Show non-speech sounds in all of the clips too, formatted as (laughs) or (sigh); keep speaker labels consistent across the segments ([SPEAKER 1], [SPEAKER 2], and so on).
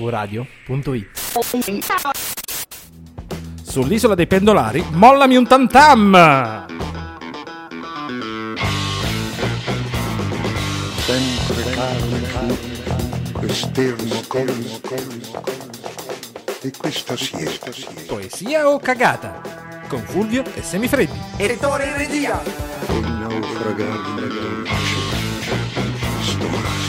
[SPEAKER 1] mvradio.it
[SPEAKER 2] Sull'isola dei pendolari, mollami un tam tam!
[SPEAKER 3] sempre calmo, esterno colmo, colmo, e questa siesta, siesta,
[SPEAKER 2] Poesia o cagata? Con Fulvio e Semifreddi.
[SPEAKER 3] e naufragare nel dolce stomaco.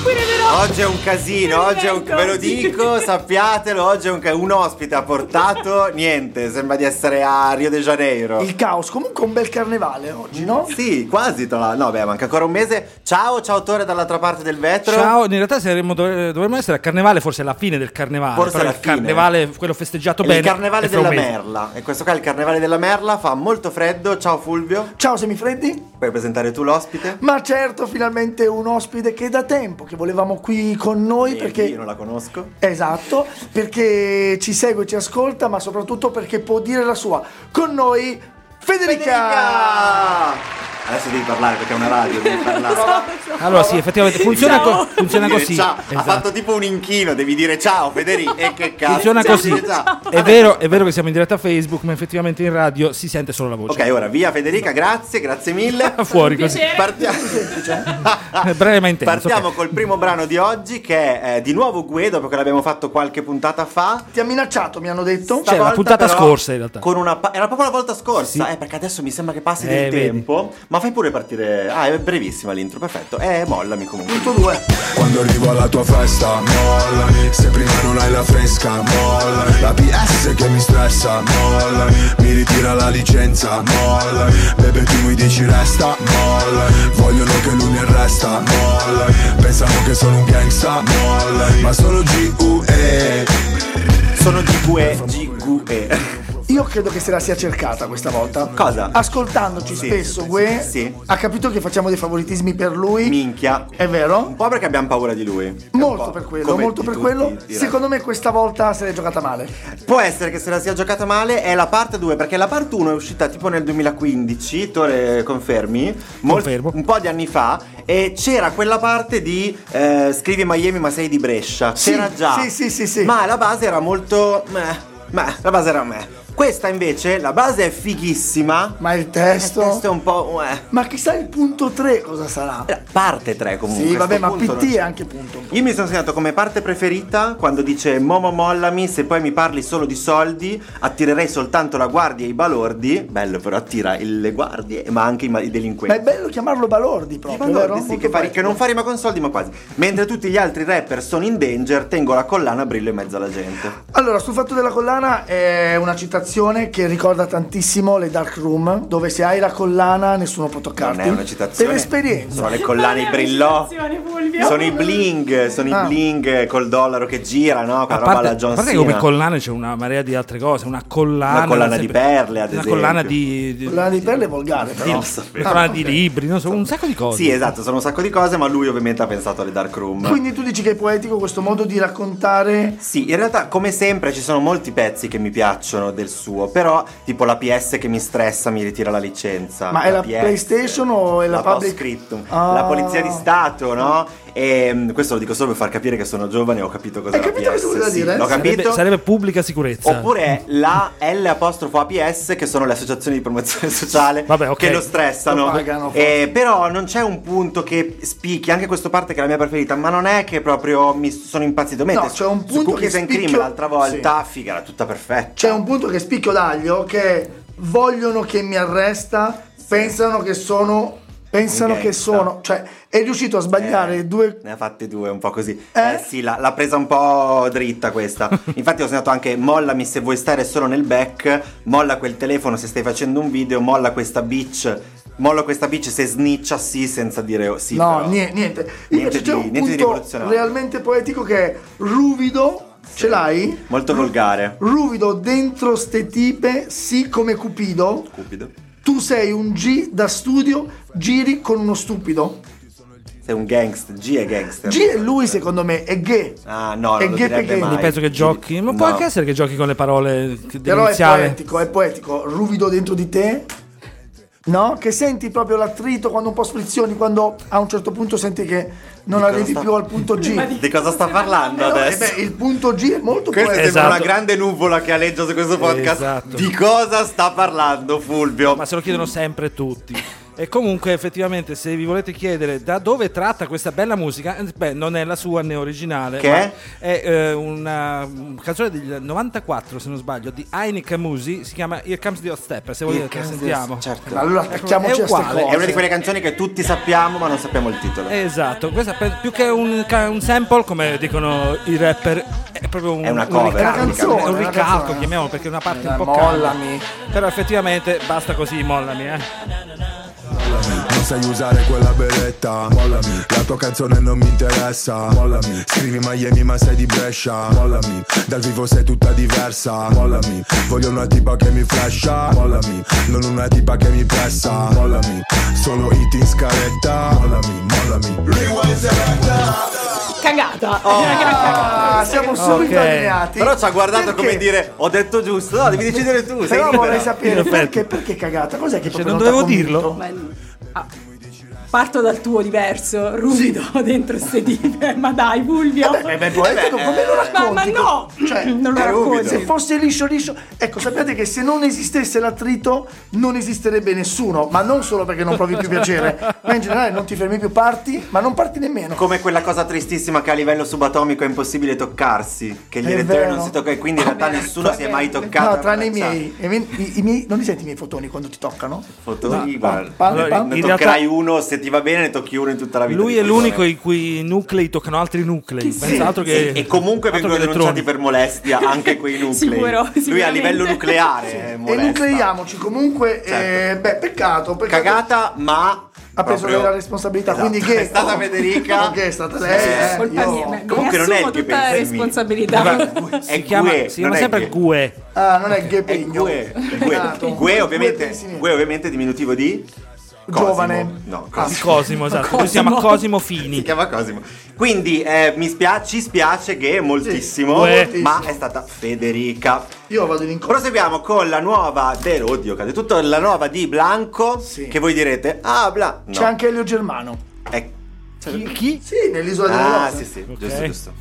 [SPEAKER 4] Oggi è un casino, oggi è un, ve lo dico, sappiatelo, oggi è un, ca- un ospite ha portato, niente, sembra di essere a Rio de Janeiro.
[SPEAKER 5] Il caos, comunque un bel carnevale oggi, no?
[SPEAKER 4] Sì, quasi tra l'altro, no beh, manca ancora un mese. Ciao, ciao Tore dall'altra parte del vetro.
[SPEAKER 2] Ciao, in realtà saremmo- dov- dovremmo essere a carnevale, forse alla fine del carnevale.
[SPEAKER 4] Forse
[SPEAKER 2] però
[SPEAKER 4] alla
[SPEAKER 2] il
[SPEAKER 4] fine.
[SPEAKER 2] carnevale, quello festeggiato
[SPEAKER 4] È
[SPEAKER 2] bene.
[SPEAKER 4] il carnevale
[SPEAKER 2] è fra un
[SPEAKER 4] della
[SPEAKER 2] mese.
[SPEAKER 4] merla. E questo qua è il carnevale della merla, fa molto freddo. Ciao Fulvio,
[SPEAKER 5] Ciao Semifreddi.
[SPEAKER 4] puoi presentare tu l'ospite?
[SPEAKER 5] Ma certo, finalmente un ospite che da tempo che volevamo qui con noi
[SPEAKER 4] Eh,
[SPEAKER 5] perché
[SPEAKER 4] Io non la conosco.
[SPEAKER 5] Esatto, perché ci segue, ci ascolta, ma soprattutto perché può dire la sua. Con noi Federica!
[SPEAKER 4] Adesso devi parlare perché è una
[SPEAKER 2] (laughs)
[SPEAKER 4] radio, devi parlare.
[SPEAKER 2] Allora, sì, effettivamente funziona, co- funziona
[SPEAKER 4] Devi
[SPEAKER 2] così.
[SPEAKER 4] dire ciao. Ha
[SPEAKER 2] Esatto.
[SPEAKER 4] fatto tipo un inchino, devi dire ciao
[SPEAKER 2] (laughs)
[SPEAKER 4] Federico. E che cazzo.
[SPEAKER 2] Funziona
[SPEAKER 4] Devi
[SPEAKER 2] così.
[SPEAKER 4] dire ciao.
[SPEAKER 2] È vero, è vero che siamo in diretta a Facebook, ma effettivamente in radio si sente solo la voce.
[SPEAKER 4] Ok, ora via Federica, grazie, grazie
[SPEAKER 2] (laughs)
[SPEAKER 4] mille.
[SPEAKER 2] Fuori così.
[SPEAKER 4] Partiamo,
[SPEAKER 2] Breve ma intenso.
[SPEAKER 4] (laughs) Partiamo
[SPEAKER 2] ok.
[SPEAKER 4] col primo brano di oggi che è eh, di nuovo Guedo perché l'abbiamo fatto qualche puntata fa.
[SPEAKER 5] Ti ha minacciato, mi hanno
[SPEAKER 2] Cioè,
[SPEAKER 5] detto.
[SPEAKER 2] la
[SPEAKER 4] Stavolta
[SPEAKER 2] puntata
[SPEAKER 4] però
[SPEAKER 2] scorsa, in realtà.
[SPEAKER 4] con una pa- era proprio la volta scorsa, eh, perché adesso mi sembra che passi
[SPEAKER 2] Eh,
[SPEAKER 4] del
[SPEAKER 2] vedi.
[SPEAKER 4] tempo. Ma fai pure partire. Ah, è brevissima l'intro, perfetto. Eh, mollami comunque.
[SPEAKER 5] Tutto due.
[SPEAKER 6] Quando arrivo alla tua festa, mollami Se prima non hai la fresca, mollami La BS che mi stressa, mollami Mi ritira la licenza, mollami Bebe tu mi dici resta, mollami Vogliono che lui mi arresta, mollami Pensano che sono un gangsta, mollami Ma sono G.U.E.
[SPEAKER 4] Sono GQE, GQE.
[SPEAKER 5] Io credo che se la sia cercata questa volta.
[SPEAKER 4] Cosa?
[SPEAKER 5] Ascoltandoci
[SPEAKER 4] Sì,
[SPEAKER 5] spesso,
[SPEAKER 4] sì,
[SPEAKER 5] Gue
[SPEAKER 4] sì.
[SPEAKER 5] ha capito che facciamo dei favoritismi per
[SPEAKER 4] (laughs)
[SPEAKER 5] lui.
[SPEAKER 4] Minchia.
[SPEAKER 5] È
[SPEAKER 4] Un
[SPEAKER 5] vero?
[SPEAKER 4] po' perché abbiamo paura di lui.
[SPEAKER 5] Molto
[SPEAKER 4] po'
[SPEAKER 5] per quello,
[SPEAKER 4] come
[SPEAKER 5] molto
[SPEAKER 4] di
[SPEAKER 5] per
[SPEAKER 4] tutti,
[SPEAKER 5] quello.
[SPEAKER 4] direi.
[SPEAKER 5] Secondo me questa volta se l'è giocata male.
[SPEAKER 4] Può essere che se la sia giocata male è la parte 2, perché la parte 1 è uscita tipo nel 2015, Tore confermi, Mol-
[SPEAKER 2] Confermo.
[SPEAKER 4] un po' di anni fa, e c'era quella parte di eh, scrivi Miami ma sei di Brescia,
[SPEAKER 5] Sì,
[SPEAKER 4] c'era già,
[SPEAKER 5] sì, sì, sì, sì.
[SPEAKER 4] ma la base era molto... meh, meh, la base era me. Questa invece, la base è fighissima,
[SPEAKER 5] Ma il
[SPEAKER 4] il
[SPEAKER 5] testo.
[SPEAKER 4] testo è un po'... eh.
[SPEAKER 5] Ma chissà il punto 3 cosa sarà.
[SPEAKER 4] Era Parte 3 comunque.
[SPEAKER 5] Sì, vabbè,
[SPEAKER 4] sto
[SPEAKER 5] ma
[SPEAKER 4] Eh, punto non
[SPEAKER 5] PT
[SPEAKER 4] c'è.
[SPEAKER 5] è anche punto.
[SPEAKER 4] Io mi sono segnato come parte preferita quando dice Momo mollami, se poi mi parli solo di soldi, attirerei soltanto la guardia e i balordi. Bello, però attira il- le guardie, ma anche i, ma- i
[SPEAKER 5] Ma è
[SPEAKER 4] delinquenti.
[SPEAKER 5] bello chiamarlo Balordi
[SPEAKER 4] I
[SPEAKER 5] proprio,
[SPEAKER 4] balordi, sì,
[SPEAKER 5] vero? Molto
[SPEAKER 4] che, fa-
[SPEAKER 5] bello.
[SPEAKER 4] che non fa rima con soldi, ma quasi. Mentre tutti gli altri rapper sono in danger, tengo la collana, brillo in mezzo alla gente.
[SPEAKER 5] Allora, sul fatto della collana è una citazione che ricorda tantissimo le Dark Room, dove se hai la collana nessuno può toccarti.
[SPEAKER 4] Non è una citazione.
[SPEAKER 5] Per esperienza.
[SPEAKER 4] Sono le collane, i brillò. Sono i bling, sono i
[SPEAKER 5] Ah.
[SPEAKER 4] bling col dollaro che gira,
[SPEAKER 2] A
[SPEAKER 4] no? Quella Ah, roba
[SPEAKER 2] parte,
[SPEAKER 4] alla John
[SPEAKER 2] a parte che
[SPEAKER 4] Cena.
[SPEAKER 2] come collane c'è una marea di altre cose, una collana,
[SPEAKER 4] Una collana
[SPEAKER 2] ad
[SPEAKER 4] di
[SPEAKER 2] esempio,
[SPEAKER 4] perle, ad
[SPEAKER 2] una
[SPEAKER 4] esempio.
[SPEAKER 2] collana di, di-
[SPEAKER 5] Collana di perle è volgare, però.
[SPEAKER 4] Lo sapevo.
[SPEAKER 2] una collana di libri, non so, un sacco di cose.
[SPEAKER 4] Sì, esatto, sono un sacco di cose, ma lui ovviamente ha pensato alle Dark Room.
[SPEAKER 5] Quindi tu dici che è poetico questo modo di raccontare
[SPEAKER 4] Sì, in realtà come sempre ci sono molti pezzi che mi piacciono del suo, però tipo la PS che mi stressa mi ritira la licenza.
[SPEAKER 5] Ma è la
[SPEAKER 4] PS,
[SPEAKER 5] PlayStation o è la public-
[SPEAKER 4] postscriptum,
[SPEAKER 5] Ah.
[SPEAKER 4] La polizia di Stato, no? E mm, questo lo dico solo per far capire che sono giovane e ho capito cosa
[SPEAKER 5] Hai capito cosa voleva dire?
[SPEAKER 4] L'ho
[SPEAKER 2] sarebbe,
[SPEAKER 4] capito.
[SPEAKER 2] sarebbe pubblica sicurezza.
[SPEAKER 4] Oppure è la L apostrofo APS che sono le associazioni di promozione sociale
[SPEAKER 2] Vabbè, ok.
[SPEAKER 4] che lo stressano.
[SPEAKER 5] Lo pagano,
[SPEAKER 4] Eh, però non c'è un punto che spicchi, anche questa parte che è la mia preferita, ma non è che proprio mi sono impazzito. Mentre
[SPEAKER 5] No, c'è un
[SPEAKER 4] su
[SPEAKER 5] punto che
[SPEAKER 4] Cookies and
[SPEAKER 5] spicchio-
[SPEAKER 4] Cream l'altra volta, figa, era tutta perfetta.
[SPEAKER 5] C'è un punto che spicchio d'aglio che è, vogliono che mi arresta, pensano che sono pensano
[SPEAKER 4] Un
[SPEAKER 5] che
[SPEAKER 4] gangsta.
[SPEAKER 5] sono, cioè è riuscito a sbagliare
[SPEAKER 4] Eh,
[SPEAKER 5] due
[SPEAKER 4] Ne ha fatti due, un po' così.
[SPEAKER 5] Eh?
[SPEAKER 4] Eh, sì, l'ha, l'ha presa un po' dritta
[SPEAKER 5] (laughs)
[SPEAKER 4] questa. Infatti ho segnato anche mollami se vuoi stare solo nel back, molla quel telefono se stai facendo un video, molla questa bitch, molla questa bitch se snitcha sì senza dire oh, sì.
[SPEAKER 5] No,
[SPEAKER 4] però.
[SPEAKER 5] nie- niente.
[SPEAKER 4] Niente
[SPEAKER 5] Invece
[SPEAKER 4] di-
[SPEAKER 5] c'è un
[SPEAKER 4] niente di
[SPEAKER 5] punto
[SPEAKER 4] rivoluzionario.
[SPEAKER 5] realmente poetico che è ruvido, ce l'hai?
[SPEAKER 4] Molto volgare.
[SPEAKER 5] Ruvido dentro ste tipe, sì come Cupido.
[SPEAKER 4] Cupido.
[SPEAKER 5] Tu sei un G da studio, giri con uno stupido.
[SPEAKER 4] Sei un gangster, G è gangster.
[SPEAKER 5] G è lui secondo me, è gay.
[SPEAKER 4] Ah, no, non
[SPEAKER 5] è
[SPEAKER 4] lo
[SPEAKER 5] gay
[SPEAKER 4] direbbe
[SPEAKER 5] perché
[SPEAKER 4] mai.
[SPEAKER 2] Penso che giochi, ma
[SPEAKER 4] No.
[SPEAKER 2] può anche essere che giochi con le parole che-
[SPEAKER 5] Però è
[SPEAKER 2] dell'iniziale.
[SPEAKER 5] poetico, è poetico. Ruvido dentro di te, No? Che senti proprio l'attrito quando un po' sfrizioni, quando a un certo punto senti che non
[SPEAKER 4] cosa
[SPEAKER 5] arrivi
[SPEAKER 4] sta-
[SPEAKER 5] più al punto
[SPEAKER 4] (laughs)
[SPEAKER 5] G.
[SPEAKER 4] Di cosa sta parlando
[SPEAKER 5] Eh
[SPEAKER 4] adesso?
[SPEAKER 5] beh, il punto G è molto
[SPEAKER 4] Questa
[SPEAKER 5] poetico.
[SPEAKER 4] sembra
[SPEAKER 2] Esatto.
[SPEAKER 4] una grande nuvola che aleggia su questo podcast.
[SPEAKER 2] Esatto.
[SPEAKER 4] Di cosa sta parlando Fulvio?
[SPEAKER 2] ma se lo chiedono sempre tutti. E comunque, effettivamente, se vi volete chiedere da dove tratta questa bella musica, eh, beh, non è la sua né originale,
[SPEAKER 4] Che
[SPEAKER 2] ma
[SPEAKER 4] è?
[SPEAKER 2] è eh, una mm, canzone del 94, se non sbaglio, di Ainik Musi. Si chiama Here Comes the Hot Step. Se volete, la sentiamo.
[SPEAKER 4] Certo.
[SPEAKER 5] Ma Allora attacchiamoci a queste
[SPEAKER 2] uguale,
[SPEAKER 5] cose.
[SPEAKER 4] È una di quelle canzoni che tutti sappiamo, ma non sappiamo il titolo.
[SPEAKER 5] Eh,
[SPEAKER 2] Esatto, questa pe- più che un, ca- un sample, come dicono i rapper, è proprio un,
[SPEAKER 4] È una
[SPEAKER 2] un
[SPEAKER 4] cover,
[SPEAKER 2] ricalco,
[SPEAKER 5] praticamente.
[SPEAKER 2] è un
[SPEAKER 5] Una
[SPEAKER 2] ricalco,
[SPEAKER 5] canzone.
[SPEAKER 2] chiamiamolo perché è una parte
[SPEAKER 5] Dai,
[SPEAKER 2] un po'
[SPEAKER 5] mollami.
[SPEAKER 2] calda. Però effettivamente basta così, mollami, eh.
[SPEAKER 6] Non sai usare quella beretta Mollami La tua canzone non mi interessa Mollami Scrivi Miami ma sei di Brescia Mollami Dal vivo sei tutta diversa Mollami Voglio una tipa che mi flasha Mollami Non una tipa che mi pressa Mollami Solo hit in scaletta Mollami, mollami Rewind selecta
[SPEAKER 1] Cagata.
[SPEAKER 5] Ah, siamo subito
[SPEAKER 2] Ok.
[SPEAKER 5] allineati.
[SPEAKER 4] Però ci ha guardato
[SPEAKER 5] Perché?
[SPEAKER 4] come dire: Ho detto giusto. No, devi decidere tu. sei
[SPEAKER 5] Però
[SPEAKER 4] libera.
[SPEAKER 5] vorrei sapere
[SPEAKER 2] In effetti.
[SPEAKER 5] perché, perché cagata? Cos'è che
[SPEAKER 2] Cioè,
[SPEAKER 5] proprio
[SPEAKER 2] non dovevo
[SPEAKER 5] t'ha
[SPEAKER 2] dirlo?
[SPEAKER 5] convinto?
[SPEAKER 1] Ma- ah, Parto dal tuo diverso, ruvido dentro ste dive. Ma dai, Fulvio.
[SPEAKER 5] Eh beh, poetico, come lo
[SPEAKER 1] ma, ma
[SPEAKER 5] racconti?
[SPEAKER 1] no,
[SPEAKER 5] Cioè,
[SPEAKER 1] non lo
[SPEAKER 4] è ruvido.
[SPEAKER 5] Se
[SPEAKER 1] racconti.
[SPEAKER 5] fosse liscio liscio, ecco, sappiate che se non esistesse l'attrito non esisterebbe nessuno, ma non solo perché non provi più
[SPEAKER 2] (laughs)
[SPEAKER 5] piacere, ma in generale non ti fermi più, parti, ma non parti nemmeno.
[SPEAKER 4] Come quella cosa tristissima che a livello subatomico è impossibile toccarsi, che gli
[SPEAKER 5] È
[SPEAKER 4] elettroni non
[SPEAKER 5] vero. Ah, eh,
[SPEAKER 4] si toccano e quindi in realtà nessuno si è mai toccato.
[SPEAKER 5] No, tranne i
[SPEAKER 4] abbracciato.
[SPEAKER 5] miei, E me- i, i miei. Non li senti i miei fotoni quando ti toccano?
[SPEAKER 4] Fotoni, guarda.
[SPEAKER 5] pam,
[SPEAKER 2] Allora,
[SPEAKER 5] pam.
[SPEAKER 4] Ne
[SPEAKER 2] In
[SPEAKER 4] toccherai
[SPEAKER 2] realtà-
[SPEAKER 4] uno, se ti va bene, ne tocchi uno in tutta la vita.
[SPEAKER 2] Lui
[SPEAKER 4] di
[SPEAKER 2] è l'unico
[SPEAKER 4] persone.
[SPEAKER 2] i cui nuclei toccano altri nuclei.
[SPEAKER 1] Sì,
[SPEAKER 2] Pensa altro che,
[SPEAKER 4] E, e comunque
[SPEAKER 2] altro
[SPEAKER 4] vengono
[SPEAKER 2] che
[SPEAKER 4] denunciati
[SPEAKER 2] elettroni.
[SPEAKER 4] per molestia anche
[SPEAKER 1] (laughs)
[SPEAKER 4] quei nuclei.
[SPEAKER 1] Sicuro,
[SPEAKER 4] Lui a
[SPEAKER 1] sicuramente.
[SPEAKER 4] livello nucleare è
[SPEAKER 5] E
[SPEAKER 4] molesta.
[SPEAKER 5] nucleiamoci comunque.
[SPEAKER 4] Certo.
[SPEAKER 5] eh, beh, peccato. perché
[SPEAKER 4] Cagata, ma.
[SPEAKER 5] Ha preso
[SPEAKER 4] proprio-
[SPEAKER 5] la responsabilità.
[SPEAKER 4] Esatto.
[SPEAKER 5] Quindi che
[SPEAKER 4] È stata Federica.
[SPEAKER 5] Ok, è stata lei.
[SPEAKER 4] Eh,
[SPEAKER 5] eh,
[SPEAKER 1] Colpa
[SPEAKER 5] io-
[SPEAKER 1] mia, mi- mi
[SPEAKER 4] Comunque non è
[SPEAKER 1] assumo
[SPEAKER 4] il che
[SPEAKER 1] tutta la
[SPEAKER 4] pensa in me.
[SPEAKER 1] responsabilità.
[SPEAKER 2] Si
[SPEAKER 4] È
[SPEAKER 2] chiama,
[SPEAKER 4] Gue,
[SPEAKER 2] si chiama
[SPEAKER 4] non è
[SPEAKER 2] sempre
[SPEAKER 4] Gue.
[SPEAKER 2] Gue.
[SPEAKER 5] Ah, non è
[SPEAKER 4] È
[SPEAKER 5] Ghepegno.
[SPEAKER 4] Gue.
[SPEAKER 5] Esatto.
[SPEAKER 4] Gue. Gue, ovviamente,
[SPEAKER 5] Gue, sì.
[SPEAKER 4] Gue ovviamente è diminutivo di. Cosimo.
[SPEAKER 5] Giovane.
[SPEAKER 4] No,
[SPEAKER 5] Ah,
[SPEAKER 4] Cosimo. (laughs)
[SPEAKER 2] Cosimo, esatto. Lui si chiama
[SPEAKER 1] Cosimo.
[SPEAKER 2] Cosimo
[SPEAKER 4] Si
[SPEAKER 2] Fini.
[SPEAKER 4] chiama Cosimo. Quindi eh, mi spia- ci spiace che è moltissimo,
[SPEAKER 2] Gue.
[SPEAKER 4] ma è stata Federica.
[SPEAKER 5] Io vado in incontro.
[SPEAKER 4] Proseguiamo con la nuova del oddio cade tutto la nuova di Blanco
[SPEAKER 5] Sì.
[SPEAKER 4] che voi direte ah Bla no
[SPEAKER 5] C'è anche Elio Germano.
[SPEAKER 4] è-
[SPEAKER 2] Chi?
[SPEAKER 5] Sì, nell'isola delle
[SPEAKER 4] ah sì
[SPEAKER 5] rose.
[SPEAKER 4] sì giusto giusto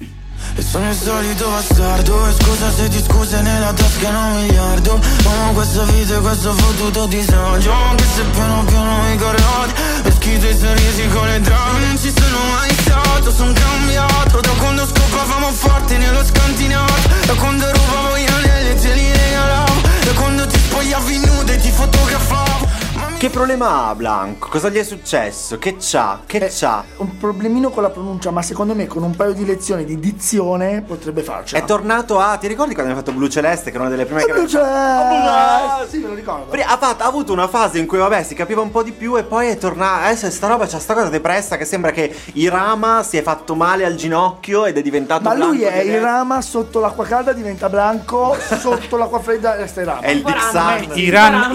[SPEAKER 7] E sono il solito bastardo E scusa se ti scuse nella tasca non un miliardo Amo questa vita e questo fottuto disagio Anche se piano piano mi corrodi E schito i sorrisi con le drame Non ci sono mai stato, son cambiato Da quando scopavamo forte nello scantinato Da quando rubavo gli anelli e te li regalavo Da quando ti spogliavi nudo e ti fotografavo Ma mi
[SPEAKER 4] che problema ha Blanco cosa gli è successo che c'ha che
[SPEAKER 5] Eh.
[SPEAKER 4] c'ha
[SPEAKER 5] Un problemino con la pronuncia, ma secondo me con un paio di lezioni di dizione potrebbe farcela.
[SPEAKER 4] è tornato a ti ricordi quando abbiamo fatto Blu Celeste che era una delle prime che
[SPEAKER 5] Proprio c'è- Sì, me lo ricordo.
[SPEAKER 4] Pre- Ha, fatto- ha avuto una fase in cui vabbè si capiva un po' di più e poi è tornata adesso sta roba c'ha sta cosa depressa che sembra che Irama si è fatto male al ginocchio ed è diventato
[SPEAKER 5] Ma lui
[SPEAKER 4] Blanco
[SPEAKER 5] è
[SPEAKER 4] di-
[SPEAKER 5] il rama sotto l'acqua calda
[SPEAKER 4] (laughs)
[SPEAKER 5] diventa bianco, sotto l'acqua fredda resta il rama.
[SPEAKER 4] è il Dixan
[SPEAKER 2] Iran,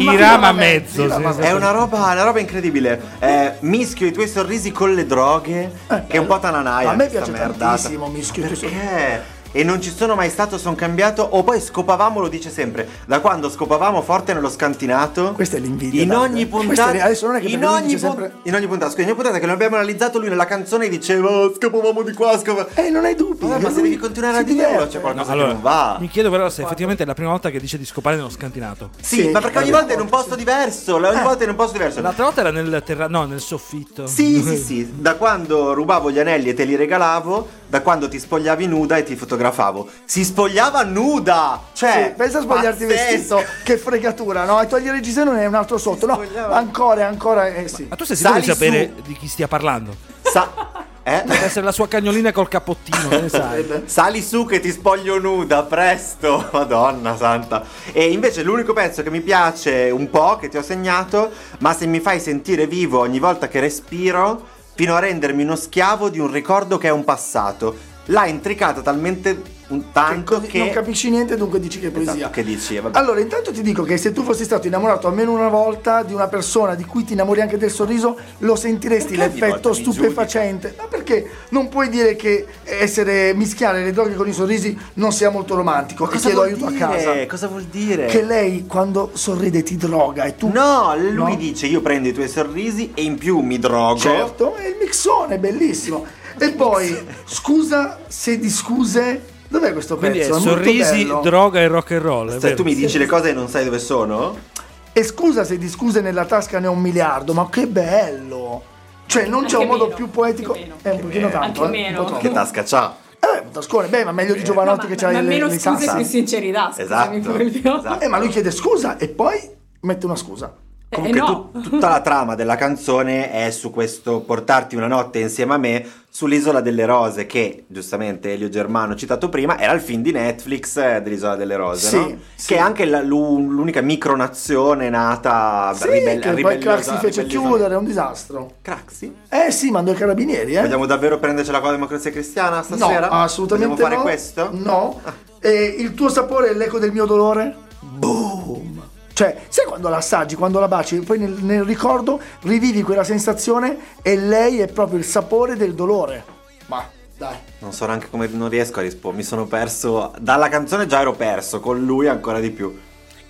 [SPEAKER 1] Irama.
[SPEAKER 2] Irama mezzo.
[SPEAKER 5] Irama
[SPEAKER 2] sì,
[SPEAKER 5] mezzo.
[SPEAKER 2] sì.
[SPEAKER 4] È una roba, una roba incredibile. Eh, mischio i tuoi sorrisi con le droghe. che è un po' tananaia.
[SPEAKER 5] Eh, A me
[SPEAKER 4] questa
[SPEAKER 5] piace
[SPEAKER 4] merdata.
[SPEAKER 5] tantissimo Mischio i tuoi
[SPEAKER 4] Perché? E non ci sono mai stato, sono cambiato. O poi scopavamo, lo dice sempre. Da quando scopavamo forte nello scantinato.
[SPEAKER 5] Questa è l'invidia,
[SPEAKER 4] In
[SPEAKER 5] Davide.
[SPEAKER 4] ogni
[SPEAKER 5] Questa
[SPEAKER 4] puntata.
[SPEAKER 5] è- adesso non è che
[SPEAKER 4] in
[SPEAKER 5] perché lui
[SPEAKER 4] ogni,
[SPEAKER 5] dice sempre-
[SPEAKER 4] in ogni puntata, scusa, in ogni puntata che lo abbiamo analizzato, lui nella canzone diceva "Oh, scopavamo di qua, scopavamo.
[SPEAKER 5] Eh, non hai dubbi.
[SPEAKER 4] Vabbè, ma se
[SPEAKER 5] lui
[SPEAKER 4] devi continuare a
[SPEAKER 5] si
[SPEAKER 4] dirlo,
[SPEAKER 5] diverte.
[SPEAKER 4] c'è qualcosa
[SPEAKER 2] Allora,
[SPEAKER 4] che non va.
[SPEAKER 2] mi chiedo però se effettivamente è la prima volta che dice di scopare nello scantinato.
[SPEAKER 4] Sì,
[SPEAKER 5] Sì,
[SPEAKER 4] ma perché ogni
[SPEAKER 5] vabbè.
[SPEAKER 4] volta è in un posto diverso.
[SPEAKER 5] Eh.
[SPEAKER 4] la- Ogni volta è in un posto diverso.
[SPEAKER 2] L'altra volta era nel terra... no, nel soffitto.
[SPEAKER 4] Sì, sì, sì, da quando rubavo gli anelli e te li regalavo, da quando ti spogliavi nuda e ti fotografavo. Si spogliava nuda! Cioè,
[SPEAKER 5] Sì, pensa a spogliarti il
[SPEAKER 4] pazzesco.
[SPEAKER 5] vestito. Che fregatura, no? E togliere il giseno e un altro sotto. No,
[SPEAKER 4] spogliava.
[SPEAKER 5] ancora, ancora. Eh sì.
[SPEAKER 2] Ma tu sei sicuro di
[SPEAKER 4] Sali
[SPEAKER 2] sapere di chi stia parlando?
[SPEAKER 4] Sa- eh?
[SPEAKER 2] Deve essere la sua cagnolina col cappottino, che ne
[SPEAKER 4] (laughs)
[SPEAKER 2] sai?
[SPEAKER 4] Sali su che ti spoglio nuda, presto! Madonna santa! E invece l'unico pezzo che mi piace un po', che ti ho segnato, ma se mi fai sentire vivo ogni volta che respiro, fino a rendermi uno schiavo di un ricordo che è un passato. L'ha intricata talmente un tanto
[SPEAKER 5] Così
[SPEAKER 4] che...
[SPEAKER 5] Non capisci niente, dunque dici che è poesia.
[SPEAKER 4] Esatto, che dici, eh, vabbè.
[SPEAKER 5] Allora, intanto ti dico che se tu fossi stato innamorato almeno una volta di una persona di cui ti innamori anche del sorriso, lo sentiresti
[SPEAKER 4] Perché ogni
[SPEAKER 5] l'effetto
[SPEAKER 4] volta mi
[SPEAKER 5] stupefacente. Ma perché non puoi dire che essere mischiare le droghe con i sorrisi non sia molto romantico? Che
[SPEAKER 4] cosa
[SPEAKER 5] chiedo
[SPEAKER 4] vuol
[SPEAKER 5] aiuto
[SPEAKER 4] dire?
[SPEAKER 5] a casa.
[SPEAKER 4] Cosa vuol dire?
[SPEAKER 5] Che lei quando sorride ti droga e tu.
[SPEAKER 4] No, lui
[SPEAKER 5] No?
[SPEAKER 4] dice io prendo i tuoi sorrisi e in più mi drogo.
[SPEAKER 5] Certo, è il mixone, bellissimo. E poi, scusa se di scuse. Dov'è questo
[SPEAKER 2] Quindi è
[SPEAKER 5] pezzo? È molto
[SPEAKER 2] sorrisi,
[SPEAKER 5] bello.
[SPEAKER 2] droga e rock and roll. è
[SPEAKER 4] Cioè,
[SPEAKER 2] vero?
[SPEAKER 4] tu mi dici le cose e non sai dove sono?
[SPEAKER 5] E scusa se di scuse nella tasca ne ho un miliardo, ma che bello! Cioè, non c'è
[SPEAKER 1] Anche
[SPEAKER 5] un modo
[SPEAKER 1] meno,
[SPEAKER 5] più poetico.
[SPEAKER 1] anche meno.
[SPEAKER 5] È un pochino tanto.
[SPEAKER 1] Anche
[SPEAKER 5] eh, un
[SPEAKER 1] meno.
[SPEAKER 5] po' troppo.
[SPEAKER 4] Che tasca c'ha?
[SPEAKER 5] Eh, un tascone, beh, ma meglio di Giovanotti
[SPEAKER 1] ma,
[SPEAKER 5] che c'ha
[SPEAKER 1] ma
[SPEAKER 5] le,
[SPEAKER 1] meno
[SPEAKER 5] le
[SPEAKER 1] scuse
[SPEAKER 5] tasse.
[SPEAKER 1] che sincerità, scusami
[SPEAKER 4] Esatto,
[SPEAKER 1] Fulvio.
[SPEAKER 4] esatto.
[SPEAKER 5] Eh, ma lui chiede scusa e poi mette una scusa.
[SPEAKER 1] Eh,
[SPEAKER 4] Comunque
[SPEAKER 1] no.
[SPEAKER 4] tu- tutta la trama della canzone è su questo portarti una notte insieme a me sull'isola delle rose che giustamente Elio Germano citato prima era il film di Netflix eh, dell'isola delle rose,
[SPEAKER 5] Sì,
[SPEAKER 4] no?
[SPEAKER 5] sì.
[SPEAKER 4] Che è anche la- l'u- l'unica micronazione nata
[SPEAKER 5] Sì,
[SPEAKER 4] ribelle-
[SPEAKER 5] che poi
[SPEAKER 4] ribellosa-
[SPEAKER 5] Clark si fece
[SPEAKER 4] ribelliosamente.
[SPEAKER 5] chiudere, è un disastro.
[SPEAKER 4] Craxi?
[SPEAKER 5] Eh sì, mandò i carabinieri, eh.
[SPEAKER 4] Vogliamo davvero prendercela con la democrazia cristiana
[SPEAKER 5] no,
[SPEAKER 4] stasera?
[SPEAKER 5] assolutamente
[SPEAKER 4] Vogliamo fare
[SPEAKER 5] no.
[SPEAKER 4] questo? Ah.
[SPEAKER 5] No. E il tuo sapore è l'eco del mio dolore? Boom! Cioè, sai quando la assaggi, quando la baci, poi nel, nel ricordo rivivi quella sensazione e lei è proprio il sapore del dolore. Ma dai.
[SPEAKER 4] Non so neanche come non riesco a rispondere. Mi sono perso. Dalla canzone già ero perso, con lui ancora di più.